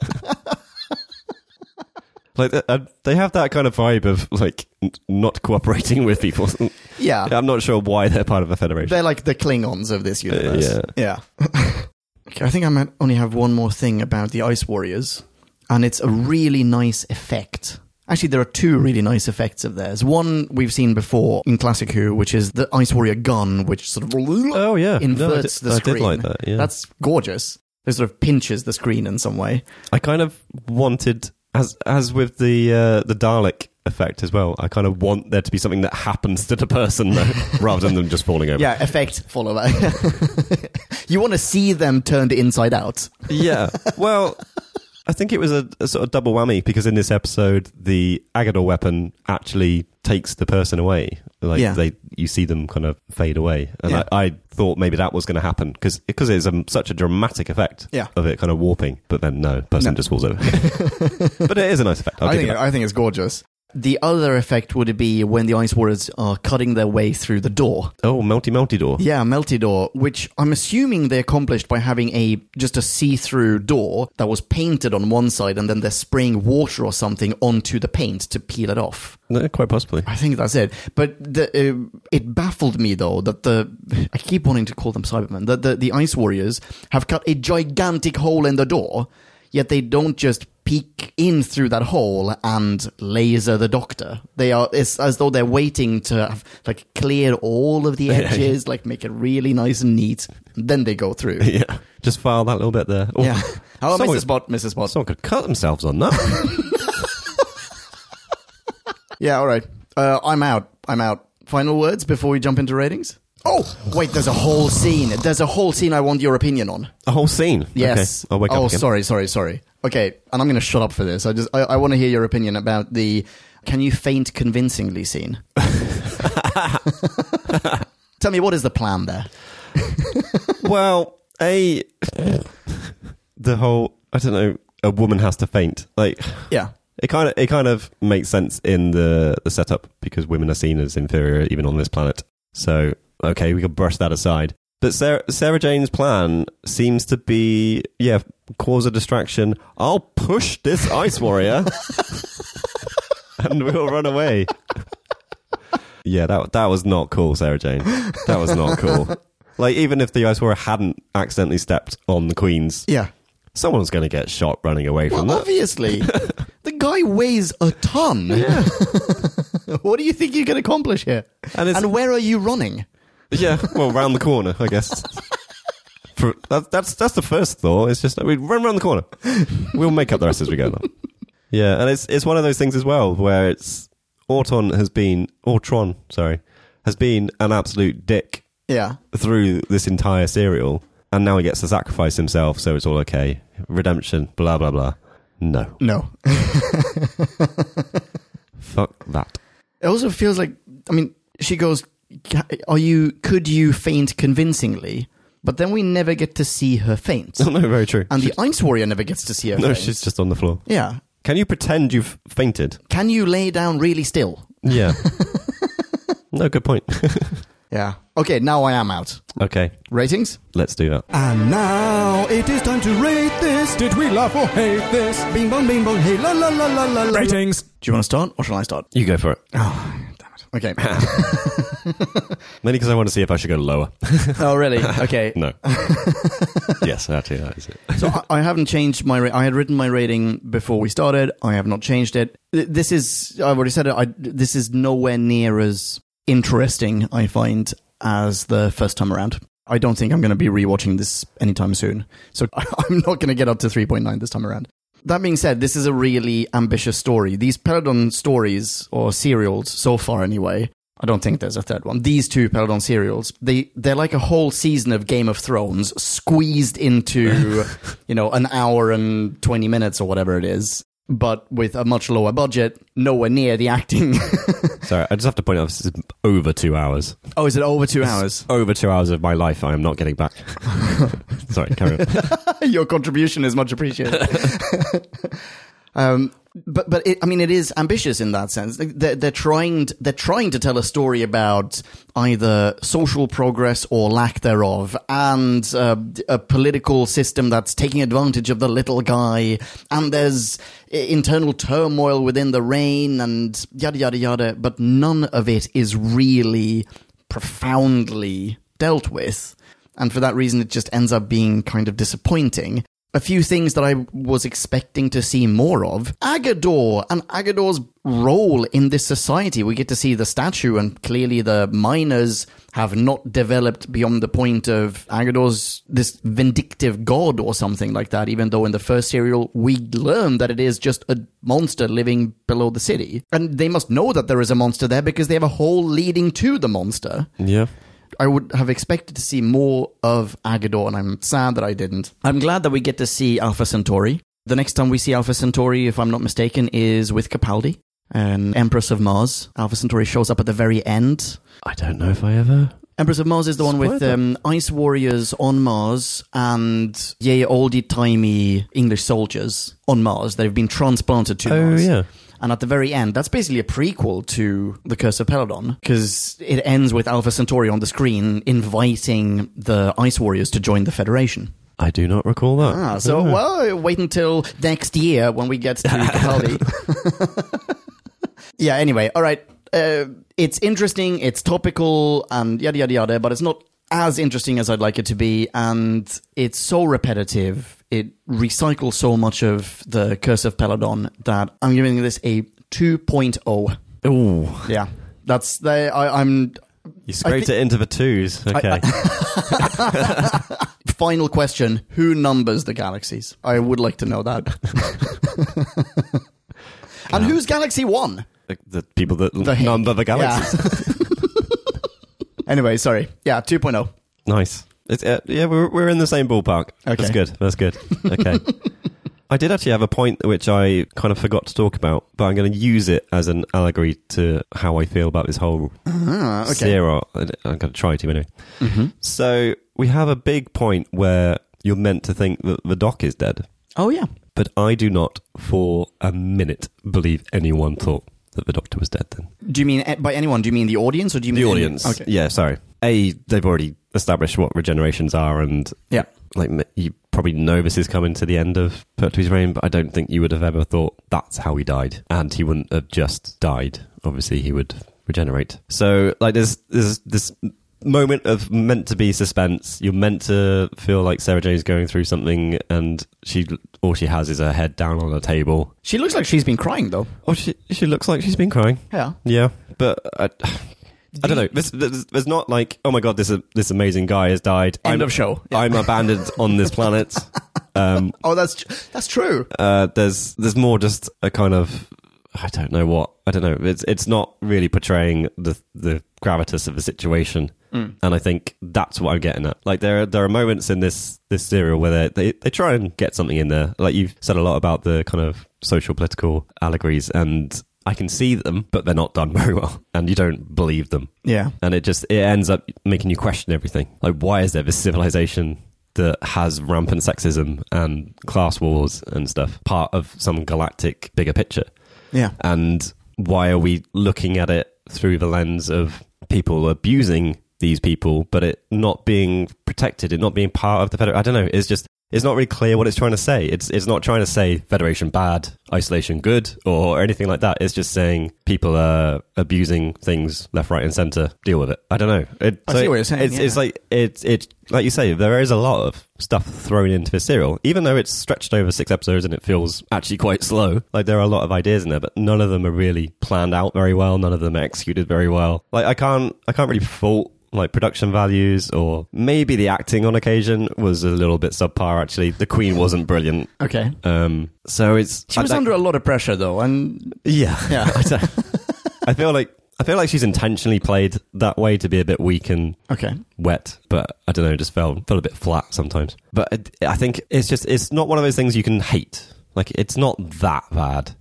like they, uh, they have that kind of vibe of like n- not cooperating with people.
yeah.
I'm not sure why they're part of a federation.
They're like the Klingons of this universe.
Uh, yeah.
yeah. okay, I think I might only have one more thing about the Ice Warriors, and it's a really nice effect. Actually, there are two really nice effects of theirs. One we've seen before in Classic Who, which is the Ice Warrior gun, which sort of
oh yeah,
inverts
no, I
the
did,
screen.
I did like that. Yeah,
That's gorgeous. It sort of pinches the screen in some way.
I kind of wanted as as with the uh, the Dalek effect as well. I kind of want there to be something that happens to the person though, rather than them just falling over.
Yeah, effect follow that. you want to see them turned inside out.
Yeah. Well, I think it was a, a sort of double whammy because in this episode, the Agador weapon actually takes the person away. Like
Yeah.
they, you see them kind of fade away, and
Yeah.
I, I thought maybe that was going to happen because it's um such a dramatic effect
Yeah.
of it kind of warping. But then no, person
No.
just falls over. but it is a nice effect. I'll
I
give
think
it that.
I think it's gorgeous. The other effect would be when the ice warriors are cutting their way through the door.
oh, melty melty door.
Yeah, melty door, which I'm assuming they accomplished by having a just a see-through door that was painted on one side, and then they're spraying water or something onto the paint to peel it off.
No, quite possibly.
I think that's it. But the, uh, it baffled me though that the I keep wanting to call them Cybermen that the, the Ice Warriors have cut a gigantic hole in the door, yet they don't just peek in through that hole and laser the Doctor. They are it's as though they're waiting to have, like clear all of the
Yeah, yeah.
edges, like make it really nice and neat. Then they go through.
Yeah. Just file that little bit there. Oh,
Yeah. Oh,
Someone-
Mrs. Spot, Mrs. Spot.
Someone could cut themselves on that.
Yeah, all right. Uh, I'm out. I'm out. Final words before we jump into ratings? Oh, wait, there's a whole scene. There's a whole scene I want your opinion on.
a whole scene.
Yes.
Okay. I'll wake
oh,
up again.
sorry, sorry, sorry. Okay, and I'm going to shut up for this. I just I, I want to hear your opinion about the can you faint convincingly scene. Tell me what is the plan there?
Well, a the whole I don't know. A woman has to faint. Like
Yeah.
it kind of it kind of makes sense in the the setup because women are seen as inferior even on this planet. So okay, we can brush that aside. But Sarah, Sarah Jane's plan seems to be yeah cause a distraction. I'll push this ice warrior, and we'll run away. Yeah, that that was not cool, Sarah Jane. That was not cool. Like even if the ice warrior hadn't accidentally stepped on the queen's,
Yeah.
someone's going to get shot running away from
Well,
that.
obviously. the guy weighs a ton. what do you think you can accomplish here?
And it's-
and where are you running?
Yeah, well, round the corner, I guess. For, that, that's that's the first thought. It's just we run round the corner. We'll make up the rest as we go along. Yeah, and it's it's one of those things as well where it's Auton has been Autron, sorry, has been an absolute dick
Yeah.
through this entire serial, and now he gets to sacrifice himself, so it's all okay. Redemption, blah, blah, blah. No.
No.
Fuck that.
It also feels like, I mean, she goes, "Ca- "Are you? Could you faint convincingly?" But then we never get to see her faint,
No, very true.
and the Ice Warrior never gets to see her.
no,
faint.
she's just on the floor.
yeah.
Can you pretend you've fainted?
Can you lay down really still?
Yeah. no, good point.
Yeah. Okay, now I am out.
okay,
Ratings?
let's do that.
And now it is time to rate this.
Did we love or hate this?
Bing bong, bing bong, hey la la la la la. la.
Ratings.
Do you want to start, or shall I start?
You go for it.
Okay.
Mainly because I want to see if I should go lower.
oh, really? Okay.
no. yes, actually, that is it.
So I, I haven't changed my. Ra- I had written my rating before we started. I have not changed it. Th- This is. I've already said it. I, this is nowhere near as interesting. I find as the first time around. I don't think I'm going to be rewatching this anytime soon. So I'm not going to get up to 3.9 this time around. That being said, this is a really ambitious story. These Peladon stories or serials, so far anyway. I don't think there's a third one. These two Peladon serials, they they're like a whole season of Game of Thrones squeezed into you know, an hour and 20 minutes or whatever it is, but with a much lower budget, nowhere near the acting.
Sorry, I just have to point out this is over two hours.
oh, is it over two hours?
Over two hours of my life I am not getting back. Sorry, carry on.
Your contribution is much appreciated. um, but but it, I mean, it is ambitious in that sense. Like, They're, they're trying to, they're trying to tell a story about either social progress or lack thereof, and uh, a political system that's taking advantage of the little guy, and there's i- internal turmoil within the reign, and yada yada yada. But none of it is really profoundly dealt with. And for that reason, it just ends up being kind of disappointing. A few things that I was expecting to see more of Agador and Agador's role in this society. We get to see the statue, and clearly the miners have not developed beyond the point of Agador's this vindictive god or something like that, even though in the first serial we learn that it is just a monster living below the city. And they must know that there is a monster there because they have a hole leading to the monster.
Yeah.
I would have expected to see more of Agador, and I'm sad that I didn't. I'm glad that we get to see Alpha Centauri. The next time we see Alpha Centauri, if I'm not mistaken, is with Capaldi and Empress of Mars. Alpha Centauri shows up at the very end.
I don't know if I ever.
Empress of Mars is the one with
Spoiler.
um, ice warriors on Mars and yay oldie timey English soldiers on Mars. They've been transplanted to
Oh,
Mars.
yeah.
And at the very end, that's basically a prequel to The Curse of Peladon, because it ends with Alpha Centauri on the screen inviting the Ice Warriors to join the Federation.
I do not recall that.
Ah, so,
Yeah.
well, wait until next year when we get to Capaldi. yeah, anyway, all right. Uh, it's interesting, it's topical, and yada, yada, yada, but it's not as interesting as I'd like it to be, and it's so repetitive. It recycles so much of the Curse of Peladon that I'm giving this a 2.0.
Ooh,
Yeah, that's the, I, I'm.
you
I
scraped
thi-
it into the twos. Okay.
Final question: Who numbers the galaxies? I would like to know that. and who's Galaxy One?
the, the people that
The Hick.
number the galaxies.
Yeah. anyway, sorry. Yeah, oh. 2.0.
Nice. It's, uh, yeah, we're, we're in the same ballpark.
Okay.
That's good. That's good. Okay. I did actually have a point which I kind of forgot to talk about, but I'm going to use it as an allegory to how I feel about this whole
Ah, okay. Mm-hmm.
zero. I- I'm going to try to anyway. So we have a big point where you're meant to think that the doc is dead,
Oh yeah.
but I do not for a minute believe anyone thought that the doctor was dead then.
Do you mean eh, by anyone? Do you mean the audience, or do you mean
The audience.
Okay.
Yeah, sorry. A, they've already established what regenerations are and
Yeah.
like m- you probably know this is coming to the end of Pertwee's reign, but I don't think you would have ever thought that's how he died, and he wouldn't have just died. Obviously, he would regenerate. So, like, there's there's this moment of meant to be suspense. You're meant to feel like Sarah Jane's going through something, and she all she has is her head down on a table.
She looks like she's been crying though.
Oh, she she looks like she's been crying.
Yeah.
Yeah, but I, I don't know. This, this, there's not like, oh my god, this this amazing guy has died.
End
I'm,
of show. Yeah.
I'm abandoned on this planet. Um,
Oh, that's tr- that's true.
uh, there's there's more just a kind of I don't know what I don't know. It's it's not really portraying the the gravitas of the situation. And I think that's what I'm getting at. Like there, are, there are moments in this this serial where they, they they try and get something in there. Like you've said a lot about the kind of social political allegories, and I can see them, but they're not done very well, and you don't believe them.
Yeah.
And it just it ends up making you question everything. Like why is there this civilization that has rampant sexism and class wars and stuff, part of some galactic bigger picture?
Yeah.
and why are we looking at it through the lens of people abusing these people but it not being protected it not being part of the federation i don't know it's just it's not really clear what it's trying to say it's it's not trying to say federation bad isolation good or anything like that it's just saying people are abusing things left right and center deal with it i don't know it,
I see what you're saying,
it's,
yeah.
it's like it's it's like you say there is a lot of stuff thrown into this serial even though it's stretched over six episodes and it feels actually quite slow like there are a lot of ideas in there but none of them are really planned out very well none of them are executed very well like i can't i can't really fault like production values or maybe the acting on occasion was a little bit subpar actually the queen wasn't brilliant
Okay.
um so it's
She was
I- I-
under a lot of pressure though, and
yeah
yeah,
I don't- I feel like i feel like she's intentionally played that way to be a bit weak and
okay.
wet, but I don't know, just felt felt a bit flat sometimes. But it, I think it's just it's not one of those things you can hate. Like it's not that bad.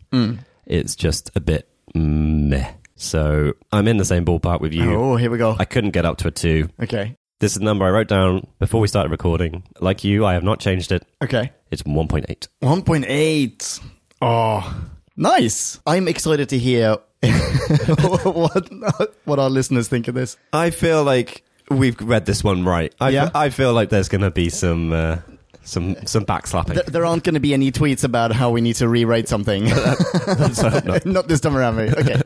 It's just a bit meh. So I'm in the same ballpark with you.
Oh, here we go.
I couldn't get up to a two.
Okay.
This is the number I wrote down before we started recording. Like you, I have not changed it.
Okay.
It's 1.8.
1.8. Oh, nice. I'm excited to hear what what our listeners think of this.
I feel like we've read this one right. I,
Yeah?
I feel like there's going to be some uh, some some backslapping.
Th- there aren't going to be any tweets about how we need to rewrite something. not this time around, mate. Okay.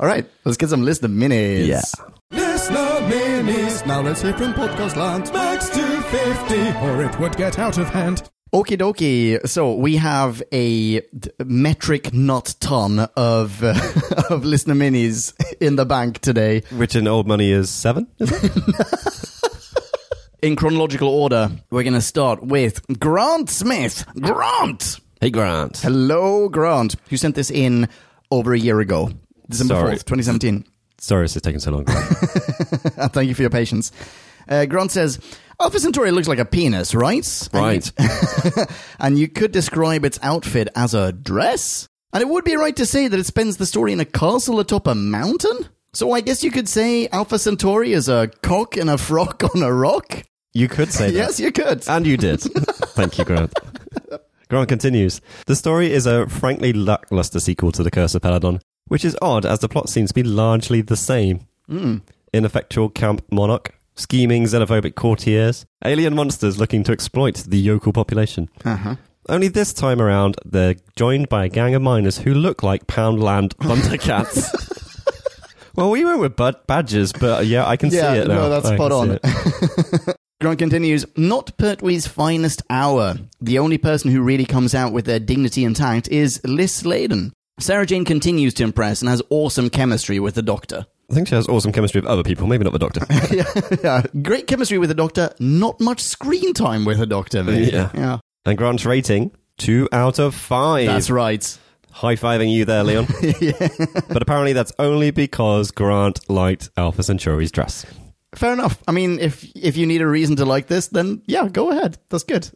All right. Let's get some list of minis.
Yeah.
Listener minis.
Now let's hear from podcast land.
Max 250, or it would get out of hand.
Okie dokie. So we have a d- metric not ton of uh, of listener minis in the bank today.
Which in old money is seven, is it?
In chronological order, we're going to start with Grant Smith. Grant!
hey, Grant.
Hello, Grant, who sent this in over a year ago, December
Sorry.
4th, 2017.
Sorry, this is taking so long.
And Thank you for your patience. Uh, Grant says, Alpha Centauri looks like a penis, right? And
right.
and you could describe its outfit as a dress. And it would be right to say that it spends the story in a castle atop a mountain. So I guess you could say Alpha Centauri is a cock in a frock on a rock.
You could say that.
Yes, you could.
And you did. Thank you, Grant. Grant continues. The story is a frankly lackluster sequel to The Curse of Peladon, which is odd as the plot seems to be largely the same.
Hmm.
Ineffectual camp monarch, scheming xenophobic courtiers, alien monsters looking to exploit the yokel population.
Uh-huh.
Only this time around, they're joined by a gang of miners who look like Poundland Thundercats. well, we went with bud- badges, but uh, yeah, I can
Yeah,
see it now.
no, that's
I can
spot
see
on.
it.
Grant continues, not Pertwee's finest hour. The only person who really comes out with their dignity intact is Liz Sladen. Sarah Jane continues to impress and has awesome chemistry with the Doctor.
I think she has awesome chemistry with other people, maybe not the doctor.
yeah, yeah. Great chemistry with the Doctor, not much screen time with the Doctor. mate.
Yeah. and Grant's rating, two out of five.
That's right.
High fiving you there, Leon. But apparently that's only because Grant liked Alpha Centauri's dress.
Fair enough. I mean, if if you need a reason to like this, then yeah, go ahead. That's good.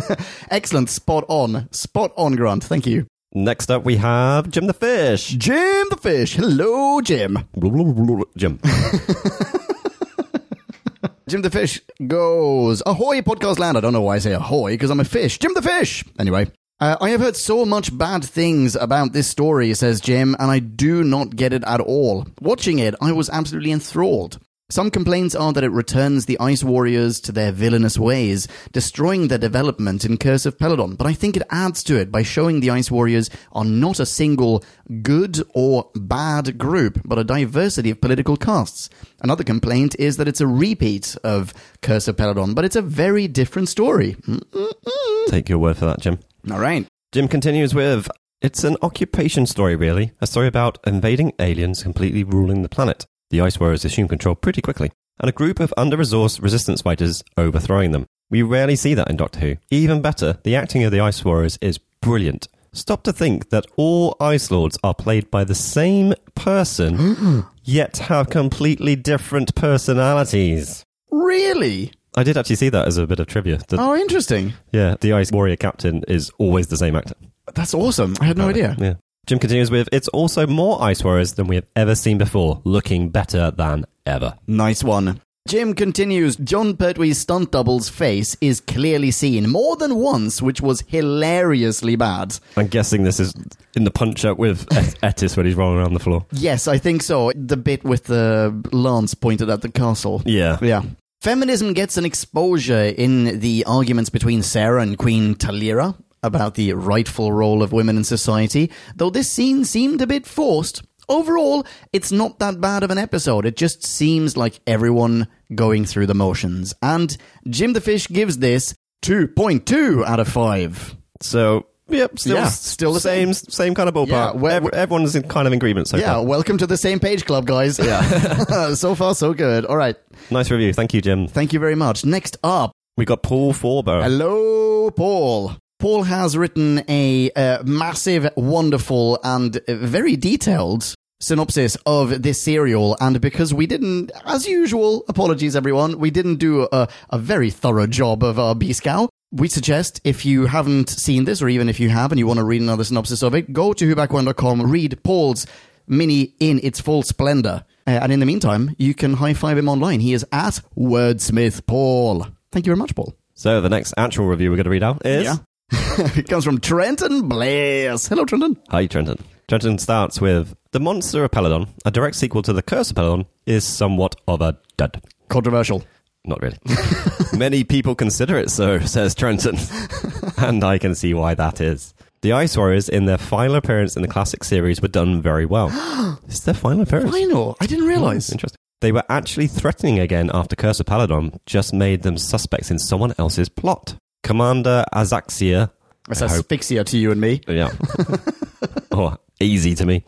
Excellent. Spot on. Spot on, Grant. Thank you.
Next up, we have Jim the Fish.
Jim the Fish. Hello, Jim.
Jim.
Jim the Fish goes, Ahoy, podcast land. I don't know why I say ahoy, because I'm a fish. Jim the Fish! Anyway. Uh, I have heard so much bad things about this story, says Jim, and I do not get it at all. Watching it, I was absolutely enthralled. Some complaints are that it returns the Ice Warriors to their villainous ways, destroying their development in Curse of Peladon, but I think it adds to it by showing the Ice Warriors are not a single good or bad group, but a diversity of political castes. Another complaint is that it's a repeat of Curse of Peladon, but it's a very different story. Mm-mm-mm.
Take your word for that, Jim.
All right.
Jim continues with It's an occupation story, really. A story about invading aliens completely ruling the planet. The Ice Warriors assume control pretty quickly, and a group of under resourced resistance fighters overthrowing them. We rarely see that in Doctor Who. Even better, the acting of the Ice Warriors is brilliant. Stop to think that all Ice Lords are played by the same person, yet have completely different personalities.
Really?
I did actually see that as a bit of trivia. that-
Oh, interesting.
Yeah, the Ice Warrior Captain is always the same actor.
That's awesome. I had no idea.
Yeah. Jim continues with, It's also more Ice Warriors than we have ever seen before, looking better than ever.
Nice one. Jim continues John Pertwee's stunt double's face is clearly seen more than once, which was hilariously bad.
I'm guessing this is in the punch up with Et- Etis when he's rolling around the floor.
Yes, I think so. The bit with the lance pointed at the castle.
Yeah.
Yeah. Feminism gets an exposure in the arguments between Sarah and Queen Talira about the rightful role of women in society, though this scene seemed a bit forced. Overall, it's not that bad of an episode. It just seems like everyone going through the motions. And Jim the Fish gives this 2.2 out of 5.
So, yep, still,
Yeah,
s-
still the
same, same kind of ballpark.
Yeah, well-
Ev- everyone's in kind of agreement so
Yeah,
far.
welcome to the same page club, guys. Yeah. so far, so good. All right.
Nice review. Thank you, Jim.
Thank you very much. Next up,
We got Paul Forber.
Hello, Paul. Paul has written a uh, massive, wonderful, and uh, very detailed synopsis of this serial. And because we didn't, as usual, apologies everyone, we didn't do a, a very thorough job of our B Scout. We suggest if you haven't seen this, or even if you have and you want to read another synopsis of it, go to whobackwhen.com, read Paul's mini in its full splendor. Uh, and in the meantime, you can high five him online. He is at Wordsmith Paul. Thank you very much, Paul.
So, the next actual review we're going to read out is.
Yeah. it comes from Trenton Blaze. Hello, Trenton.
Hi, Trenton. Trenton starts with The Monster of Peladon, a direct sequel to The Curse of Peladon, is somewhat of a dud.
Controversial.
Not really. Many people consider it so, says Trenton. and I can see why that is. The Ice Warriors, in their final appearance in the classic series, were done very well. This is their final appearance.
Final. I didn't realize.
Interesting. They were actually threatening again after Curse of Paladon just made them suspects in someone else's plot. Commander Azaxia
That's
I hope-
asphyxia to you and me.
yeah. oh, easy to me.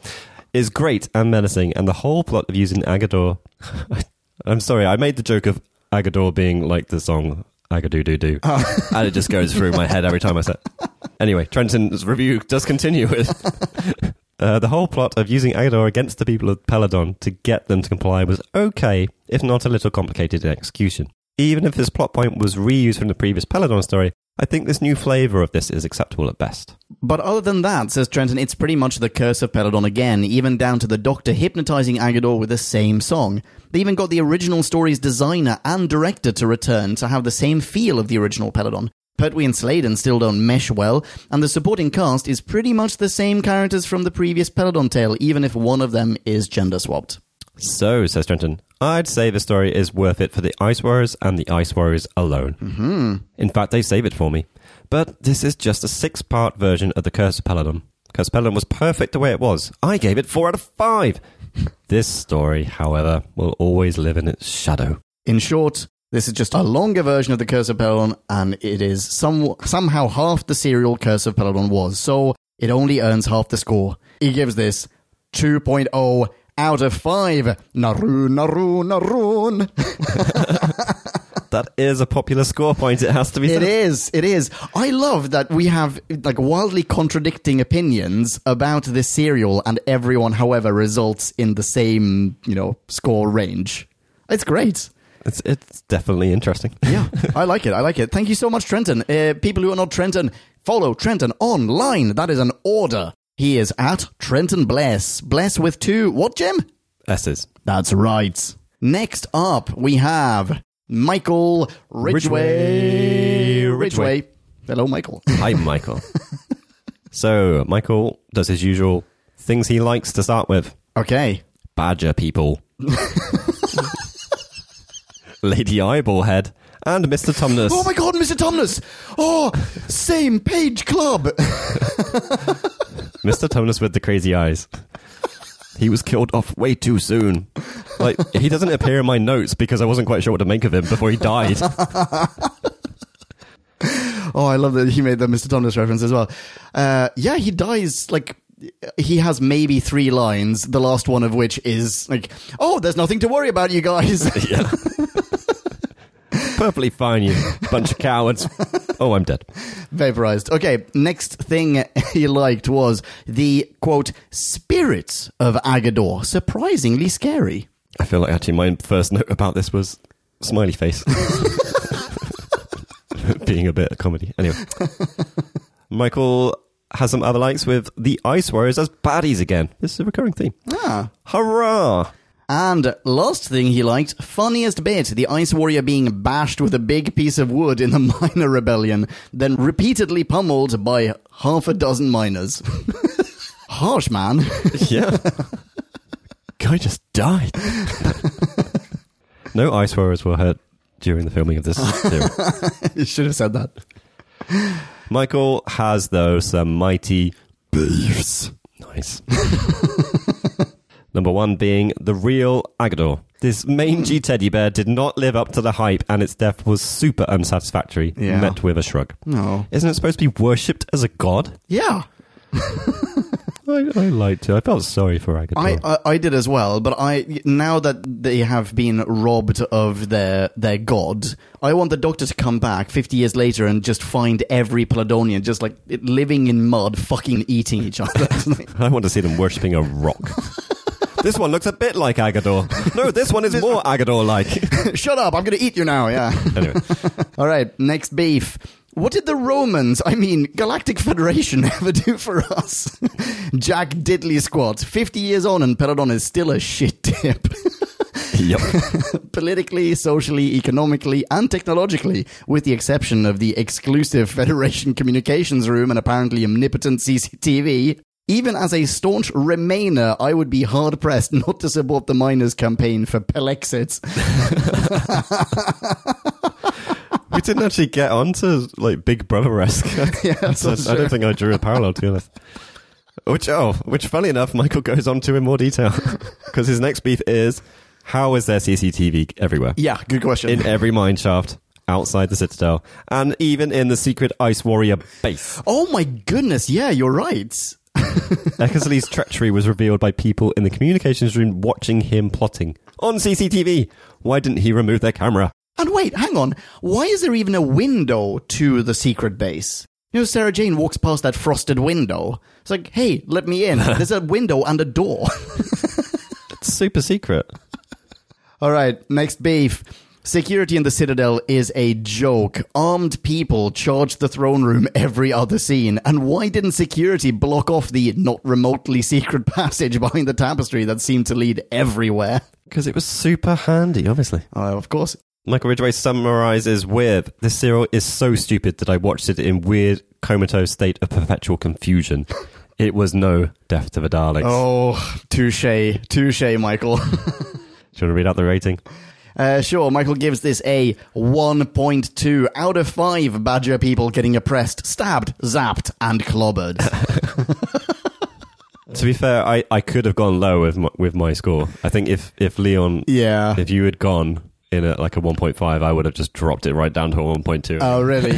Is great and menacing, and the whole plot of using Agador. I'm sorry, I made the joke of Agador being like the song Agadoo Doo Doo. And it just goes through my head every time I say it. Anyway, Trenton's review does continue with. Uh, the whole plot of using Agador against the people of Peladon to get them to comply was okay, if not a little complicated in execution. Even if this plot point was reused from the previous Peladon story, I think this new flavour of this is acceptable at best.
But other than that, says Trenton, it's pretty much the curse of Peladon again, even down to the Doctor hypnotizing Agador with the same song. They even got the original story's designer and director to return to have the same feel of the original Peladon. Pertwee and Sladen still don't mesh well, and the supporting cast is pretty much the same characters from the previous Peladon tale, even if one of them is gender swapped.
So, says Trenton, I'd say the story is worth it for the Ice Warriors and the Ice Warriors alone.
Hmm.
Mm-hmm. In fact, they save it for me. But this is just a six part version of The Curse of Peladon. Curse of Peladon was perfect the way it was. I gave it four out of five. this story, however, will always live in its shadow.
In short, this is just a longer version of the Curse of Peladon, and it is some, somehow half the serial Curse of Peladon was, so it only earns half the score. He gives this 2.0 out of 5. Naroon, naroon, naroon.
That is a popular score point, it has to be
It
said.
is, it is. I love that we have like wildly contradicting opinions about this serial, and everyone, however, results in the same, you know, score range. It's great.
It's, it's definitely interesting.
Yeah, I like it. I like it. Thank you so much, Trenton. Uh, people who are not Trenton, follow Trenton online. That is an order. He is at Trenton Bless. Bless with two. What, Jim?
S's.
That's right. Next up, we have Michael
Ridgway.
Ridgway. Ridgway. Hello, Michael.
Hi, Michael. so, Michael does his usual things he likes to start with.
Okay.
badger people, Lady Eyeballhead, and Mr. Tumnus.
Oh my God, Mr. Tomness. Oh, same page club.
Mr. Tumnus with the crazy eyes. He was killed off way too soon. Like, he doesn't appear in my notes because I wasn't quite sure what to make of him before he died.
Oh, I love that he made the Mr. Thomas reference as well. Uh, yeah, he dies like he has maybe three lines, the last one of which is like, "Oh, there's nothing to worry about, you guys."
Perfectly fine, you bunch of cowards. Oh, I'm dead.
Vaporized. Okay, next thing he liked was the quote spirits of Agador. Surprisingly scary.
I feel like actually my first note about this was smiley face. Being a bit of comedy. Anyway. Michael has some other likes with the Ice Warriors as baddies again. This is a recurring theme.
Ah.
Hurrah!
And last thing he liked, funniest bit, the Ice Warrior being bashed with a big piece of wood in the Miner Rebellion, then repeatedly pummeled by half a dozen miners. Harsh, man.
Yeah. Guy just died. no Ice Warriors were hurt during the filming of this theory.
you should have said that.
Michael has, though, some mighty beefs. Nice. Number one being the real Agador. This mangy teddy bear did not live up to the hype, and its death was super unsatisfactory,
Yeah.
met with a shrug.
No.
Isn't it supposed to be worshipped as a god?
Yeah.
I, I lied to. I felt sorry for Agador.
I, I I did as well, but I now that they have been robbed of their their god, I want the Doctor to come back fifty years later and just find every Peladonian just like living in mud, fucking eating each other.
I want to see them worshipping a rock. this one looks a bit like Agador. No, this one is more Agador like.
Shut up! I'm gonna eat you now. Yeah.
anyway,
All right. Next beef. What did the Romans, I mean Galactic Federation, ever do for us? Jack Diddley squad. Fifty years on, and Peladon is still a shit tip.
yep.
politically, socially, economically, and technologically, with the exception of the exclusive Federation communications room and apparently omnipotent CCTV. Even as a staunch Remainer, I would be hard pressed not to support the miners' campaign for Pelexit.
we didn't actually get onto like Big Brother esque.
Yeah, so
I don't think I drew a parallel to be honest. Which oh, which funny enough, Michael goes on to in more detail because his next beef is how is there CCTV everywhere
Yeah, good question.
in every mine shaft outside the citadel and even in the secret ice warrior base.
oh my goodness! Yeah, you're right.
Eckersley's treachery was revealed by people in the communications room watching him plotting on CCTV. Why didn't he remove their camera?
And wait, hang on. Why is there even a window to the secret base? You know, Sarah Jane walks past that frosted window. It's like, hey, let me in. There's a window and a door.
It's super secret.
All right, next beef. Security in the Citadel is a joke. Armed people charge the throne room every other scene. And why didn't security block off the not remotely secret passage behind the tapestry that seemed to lead everywhere?
Because it was super handy, obviously.
Uh, of course.
Michael Ridgway summarizes with This serial is so stupid that I watched it in weird, comatose state of perpetual confusion. It was no Death to the Daleks.
Oh, touche, touche, Michael.
Do you want to read out the rating?
Uh, sure, Michael gives this a 1.2 out of 5 badger people getting oppressed, stabbed, zapped, and clobbered.
To be fair, I, I could have gone low with my, with my score. I think if, if Leon,
yeah.
if you had gone in at like a 1.5, I would have just dropped it right down to a 1.2.
Oh, really?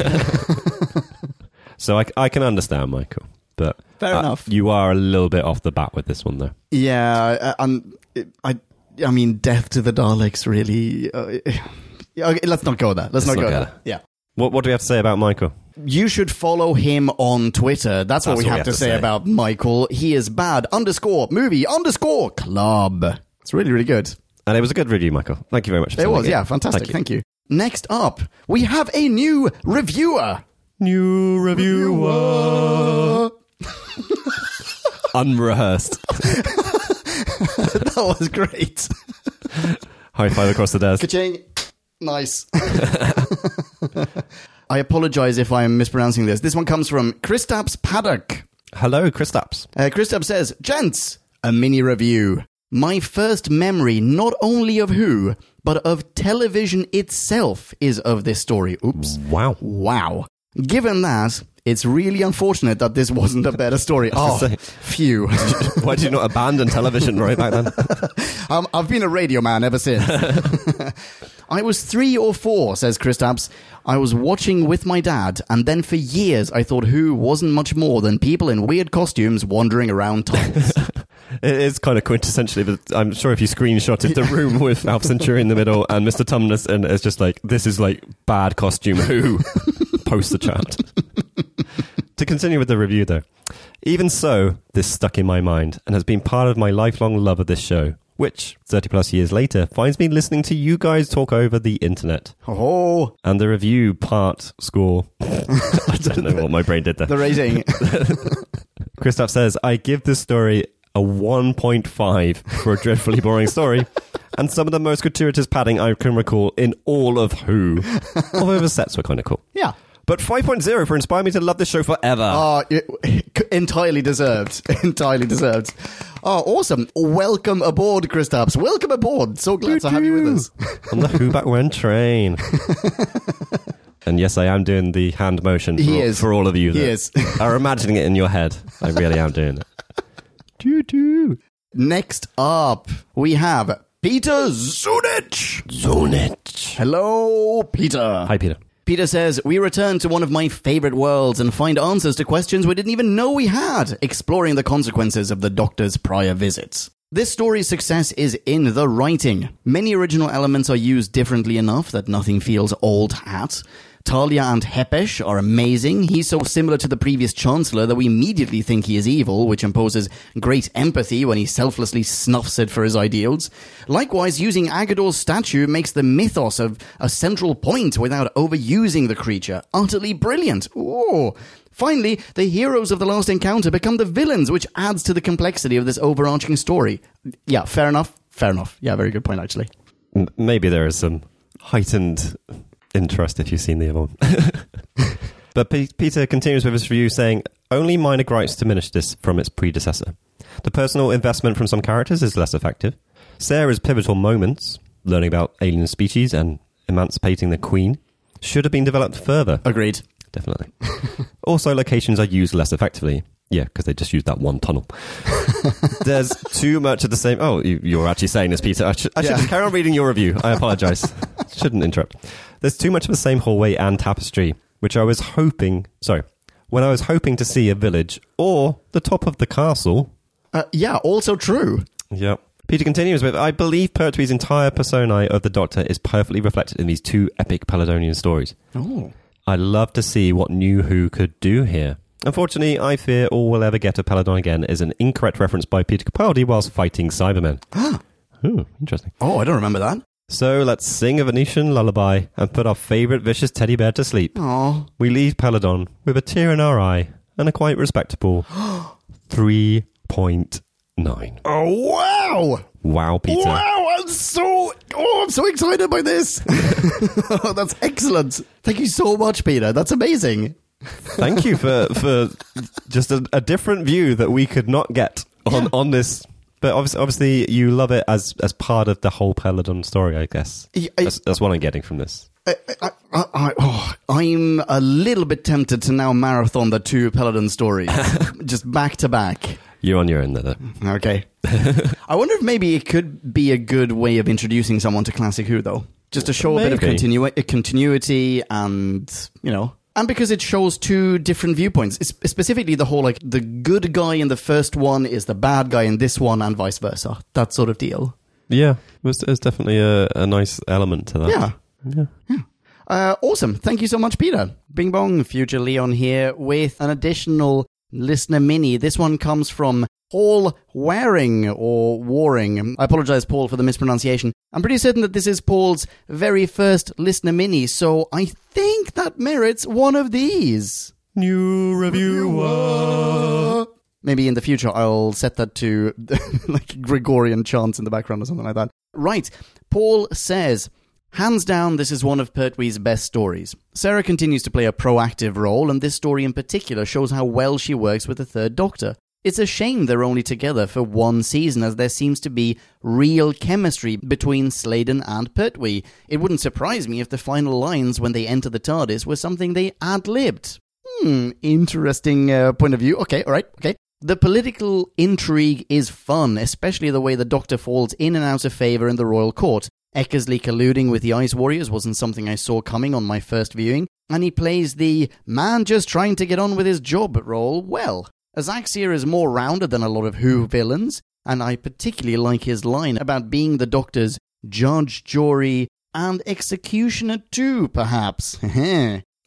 so I, I can understand, Michael. But
Fair
uh,
enough.
You are a little bit off the bat with this one, though.
Yeah, uh, um, I, I mean, death to the Daleks. Really, uh, yeah, okay, let's not go there. Let's, not, go there. Yeah,
What, what do we have to say about Michael?
you should follow him on Twitter. That's what we have to, say,
say.
about Michael. He is bad. Underscore movie. Underscore club. It's really really good.
And it was a good review, Michael. Thank you very much. for
It was
sending
yeah, fantastic.
Thank you.
Thank you. Next up, we have a new reviewer.
New reviewer. Unrehearsed.
that was great.
High five across the desk.
Ka-ching. Nice. I apologize if I'm mispronouncing this. This one comes from Kristaps Paddock.
Hello, Christaps.
Uh, Christoph says, Gents, a mini review. My first memory, not only of Who, but of television itself, is of this story. Oops.
Wow.
Wow. Given that, it's really unfortunate that this wasn't a better story. Oh,
gonna say.
phew.
Why did you not abandon television right back then?
Um, I've been a radio man ever since. I was three or four, says Christaps. I was watching with my dad, and then for years I thought Who wasn't much more than people in weird costumes wandering around tunnels.
It is kind of quintessentially, but I'm sure if you screenshotted the room with Alf Centurion in the middle and Mr. Tumnus, and it's just like, this is like bad costume who. post the chat. to continue with the review, though, even so, this stuck in my mind and has been part of my lifelong love of this show, which, 30 plus years later, finds me listening to you guys talk over the internet.
Oh,
And the review part score. I don't know what my brain did there.
the rating.
Christoph says, I give this story a 1.5 for a dreadfully boring story and some of the most gratuitous padding I can recall in all of Who. Although the sets were kind of cool.
yeah.
But 5.0 for inspiring me to love this show forever.
Oh, it- entirely deserved. entirely deserved. Oh, awesome. Welcome aboard, Kristaps. Welcome aboard. So glad to have you with us.
On the Who Back When train. and yes, I am doing the hand motion for,
He is.
for all of you
He
that
is.
are imagining it in your head. I really am doing it. Doo doo.
Next up, we have Peter Zunich.
Zonich.
Hello, Peter.
Hi, Peter.
Peter says, We return to one of my favorite worlds and find answers to questions we didn't even know we had, exploring the consequences of the doctor's prior visits. This story's success is in the writing. Many original elements are used differently enough that nothing feels old hat. Talia and Hepesh are amazing. He's so similar to the previous Chancellor that we immediately think he is evil, which imposes great empathy when he selflessly snuffs it for his ideals. Likewise, using Agador's statue makes the mythos of a central point without overusing the creature. Utterly brilliant. Ooh. Finally, the heroes of the last encounter become the villains, which adds to the complexity of this overarching story. Yeah, fair enough. Fair enough. Yeah, very good point, actually.
M- maybe there is some heightened interest if you've seen the other one. but P- Peter continues with his review saying, only minor gripes diminish this from its predecessor. The personal investment from some characters is less effective. Sarah's pivotal moments, learning about alien species and emancipating the queen, should have been developed further.
Agreed.
Definitely. also, locations are used less effectively. Yeah, because they just use that one tunnel. There's too much of the same. Oh, you, you're actually saying this, Peter. I, should I should
Yeah.
just carry on reading your review. I apologize. Shouldn't interrupt. There's too much of the same hallway and tapestry, which I was hoping. Sorry. When I was hoping to see a village or the top of the castle.
Uh, yeah, also true.
Yeah. Peter continues with I believe Pertwee's entire personae of the Doctor is perfectly reflected in these two epic Peladonian stories.
Oh.
I'd love to see what New Who could do here. Unfortunately, I fear all we'll ever get of Peladon again is an incorrect reference by Peter Capaldi whilst fighting Cybermen. Ooh, interesting.
Oh, I don't remember that.
So let's sing a Venetian lullaby and put our favourite vicious teddy bear to sleep.
Oh.
We leave Peladon with a tear in our eye and a quite respectable 3.9.
Oh, wow.
Wow, Peter.
Wow, I'm so oh, I'm so excited by this. oh, that's excellent. Thank you so much, Peter. That's amazing.
Thank you for, for just a, a different view that we could not get on, on this. But obviously, obviously, you love it as as part of the whole Peladon story, I guess.
Yeah, I-
that's, that's what I'm getting from this.
I, I, I, I, oh, I'm a little bit tempted to now marathon the two Peladon stories just back to back.
You're on your own there. though.
Okay. I wonder if maybe it could be a good way of introducing someone to Classic Who, though. Just to show a bit of
Maybe.
continui- continuity and, you know. And because it shows two different viewpoints, it's specifically the whole like the good guy in the first one is the bad guy in this one, and vice versa. That sort of deal.
Yeah, there's, there's definitely a, a nice element to that.
Yeah.
Yeah.
Uh, awesome. Thank you so much, Peter. Bing bong, future Leon here with an additional listener mini. This one comes from Paul Waring or Waring. I apologize, Paul, for the mispronunciation. I'm pretty certain that this is Paul's very first listener mini, so I think that merits one of these.
New reviewer.
Maybe in the future I'll set that to like Gregorian chants in the background or something like that. Right. Paul says, hands down, this is one of Pertwee's best stories. Sarah continues to play a proactive role, and this story in particular shows how well she works with the Third Doctor. It's a shame they're only together for one season, as there seems to be real chemistry between Sladen and Pertwee. It wouldn't surprise me if the final lines when they enter the TARDIS were something they ad libbed. Hmm, interesting uh, point of view. Okay, all right, okay. The political intrigue is fun, especially the way the Doctor falls in and out of favour in the royal court. Eckersley colluding with the Ice Warriors wasn't something I saw coming on my first viewing, and he plays the man just trying to get on with his job role well. Azaxia is more rounded than a lot of Who villains, and I particularly like his line about being the Doctor's judge, jury, and executioner too, perhaps.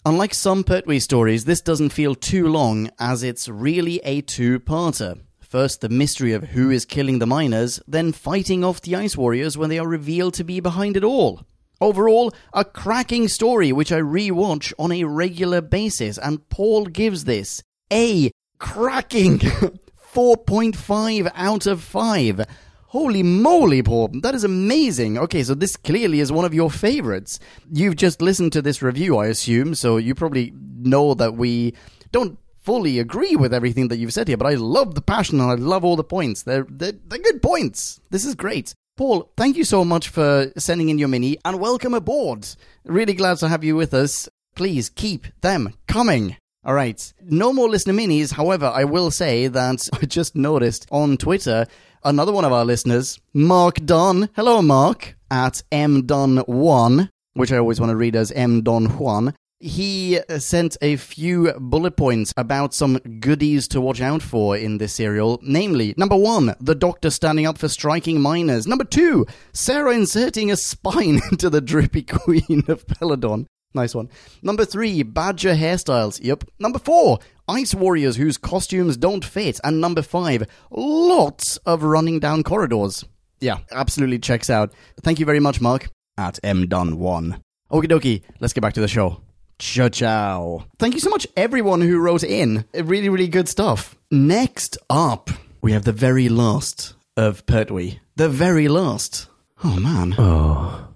Unlike some Pertwee stories, this doesn't feel too long, as it's really a two parter. First, the mystery of who is killing the miners, then fighting off the Ice Warriors when they are revealed to be behind it all. Overall, a cracking story which I rewatch on a regular basis, and Paul gives this a cracking 4.5 out of 5. Holy moly, Paul. That is amazing. Okay, so this clearly is one of your favorites. You've just listened to this review, I assume, so you probably know that we don't fully agree with everything that you've said here, but I love the passion and I love all the points. They're, they're, they're good points. This is great. Paul, thank you so much for sending in your mini and welcome aboard. Really glad to have you with us. Please keep them coming. All right. No more listener minis. However, I will say that I just noticed on Twitter another one of our listeners, Mark Dunn. Hello, Mark, at mdunn1, which I always want to read as mdunn1. He uh, sent a few bullet points about some goodies to watch out for in this serial, namely number one, the doctor standing up for striking miners. Number two, Sarah inserting a spine into the drippy queen of Peladon. Nice one. Number three, Badger hairstyles. Yep. Number four, Ice Warriors whose costumes don't fit. And number five, lots of running down corridors. Yeah, absolutely checks out. Thank you very much, Mark. At MDun1. Okie dokie, let's get back to the show. Ciao, ciao. Thank you so much, everyone who wrote in. Really, really good stuff. Next up, we have the very last of Pertwee. The very last. Oh, man.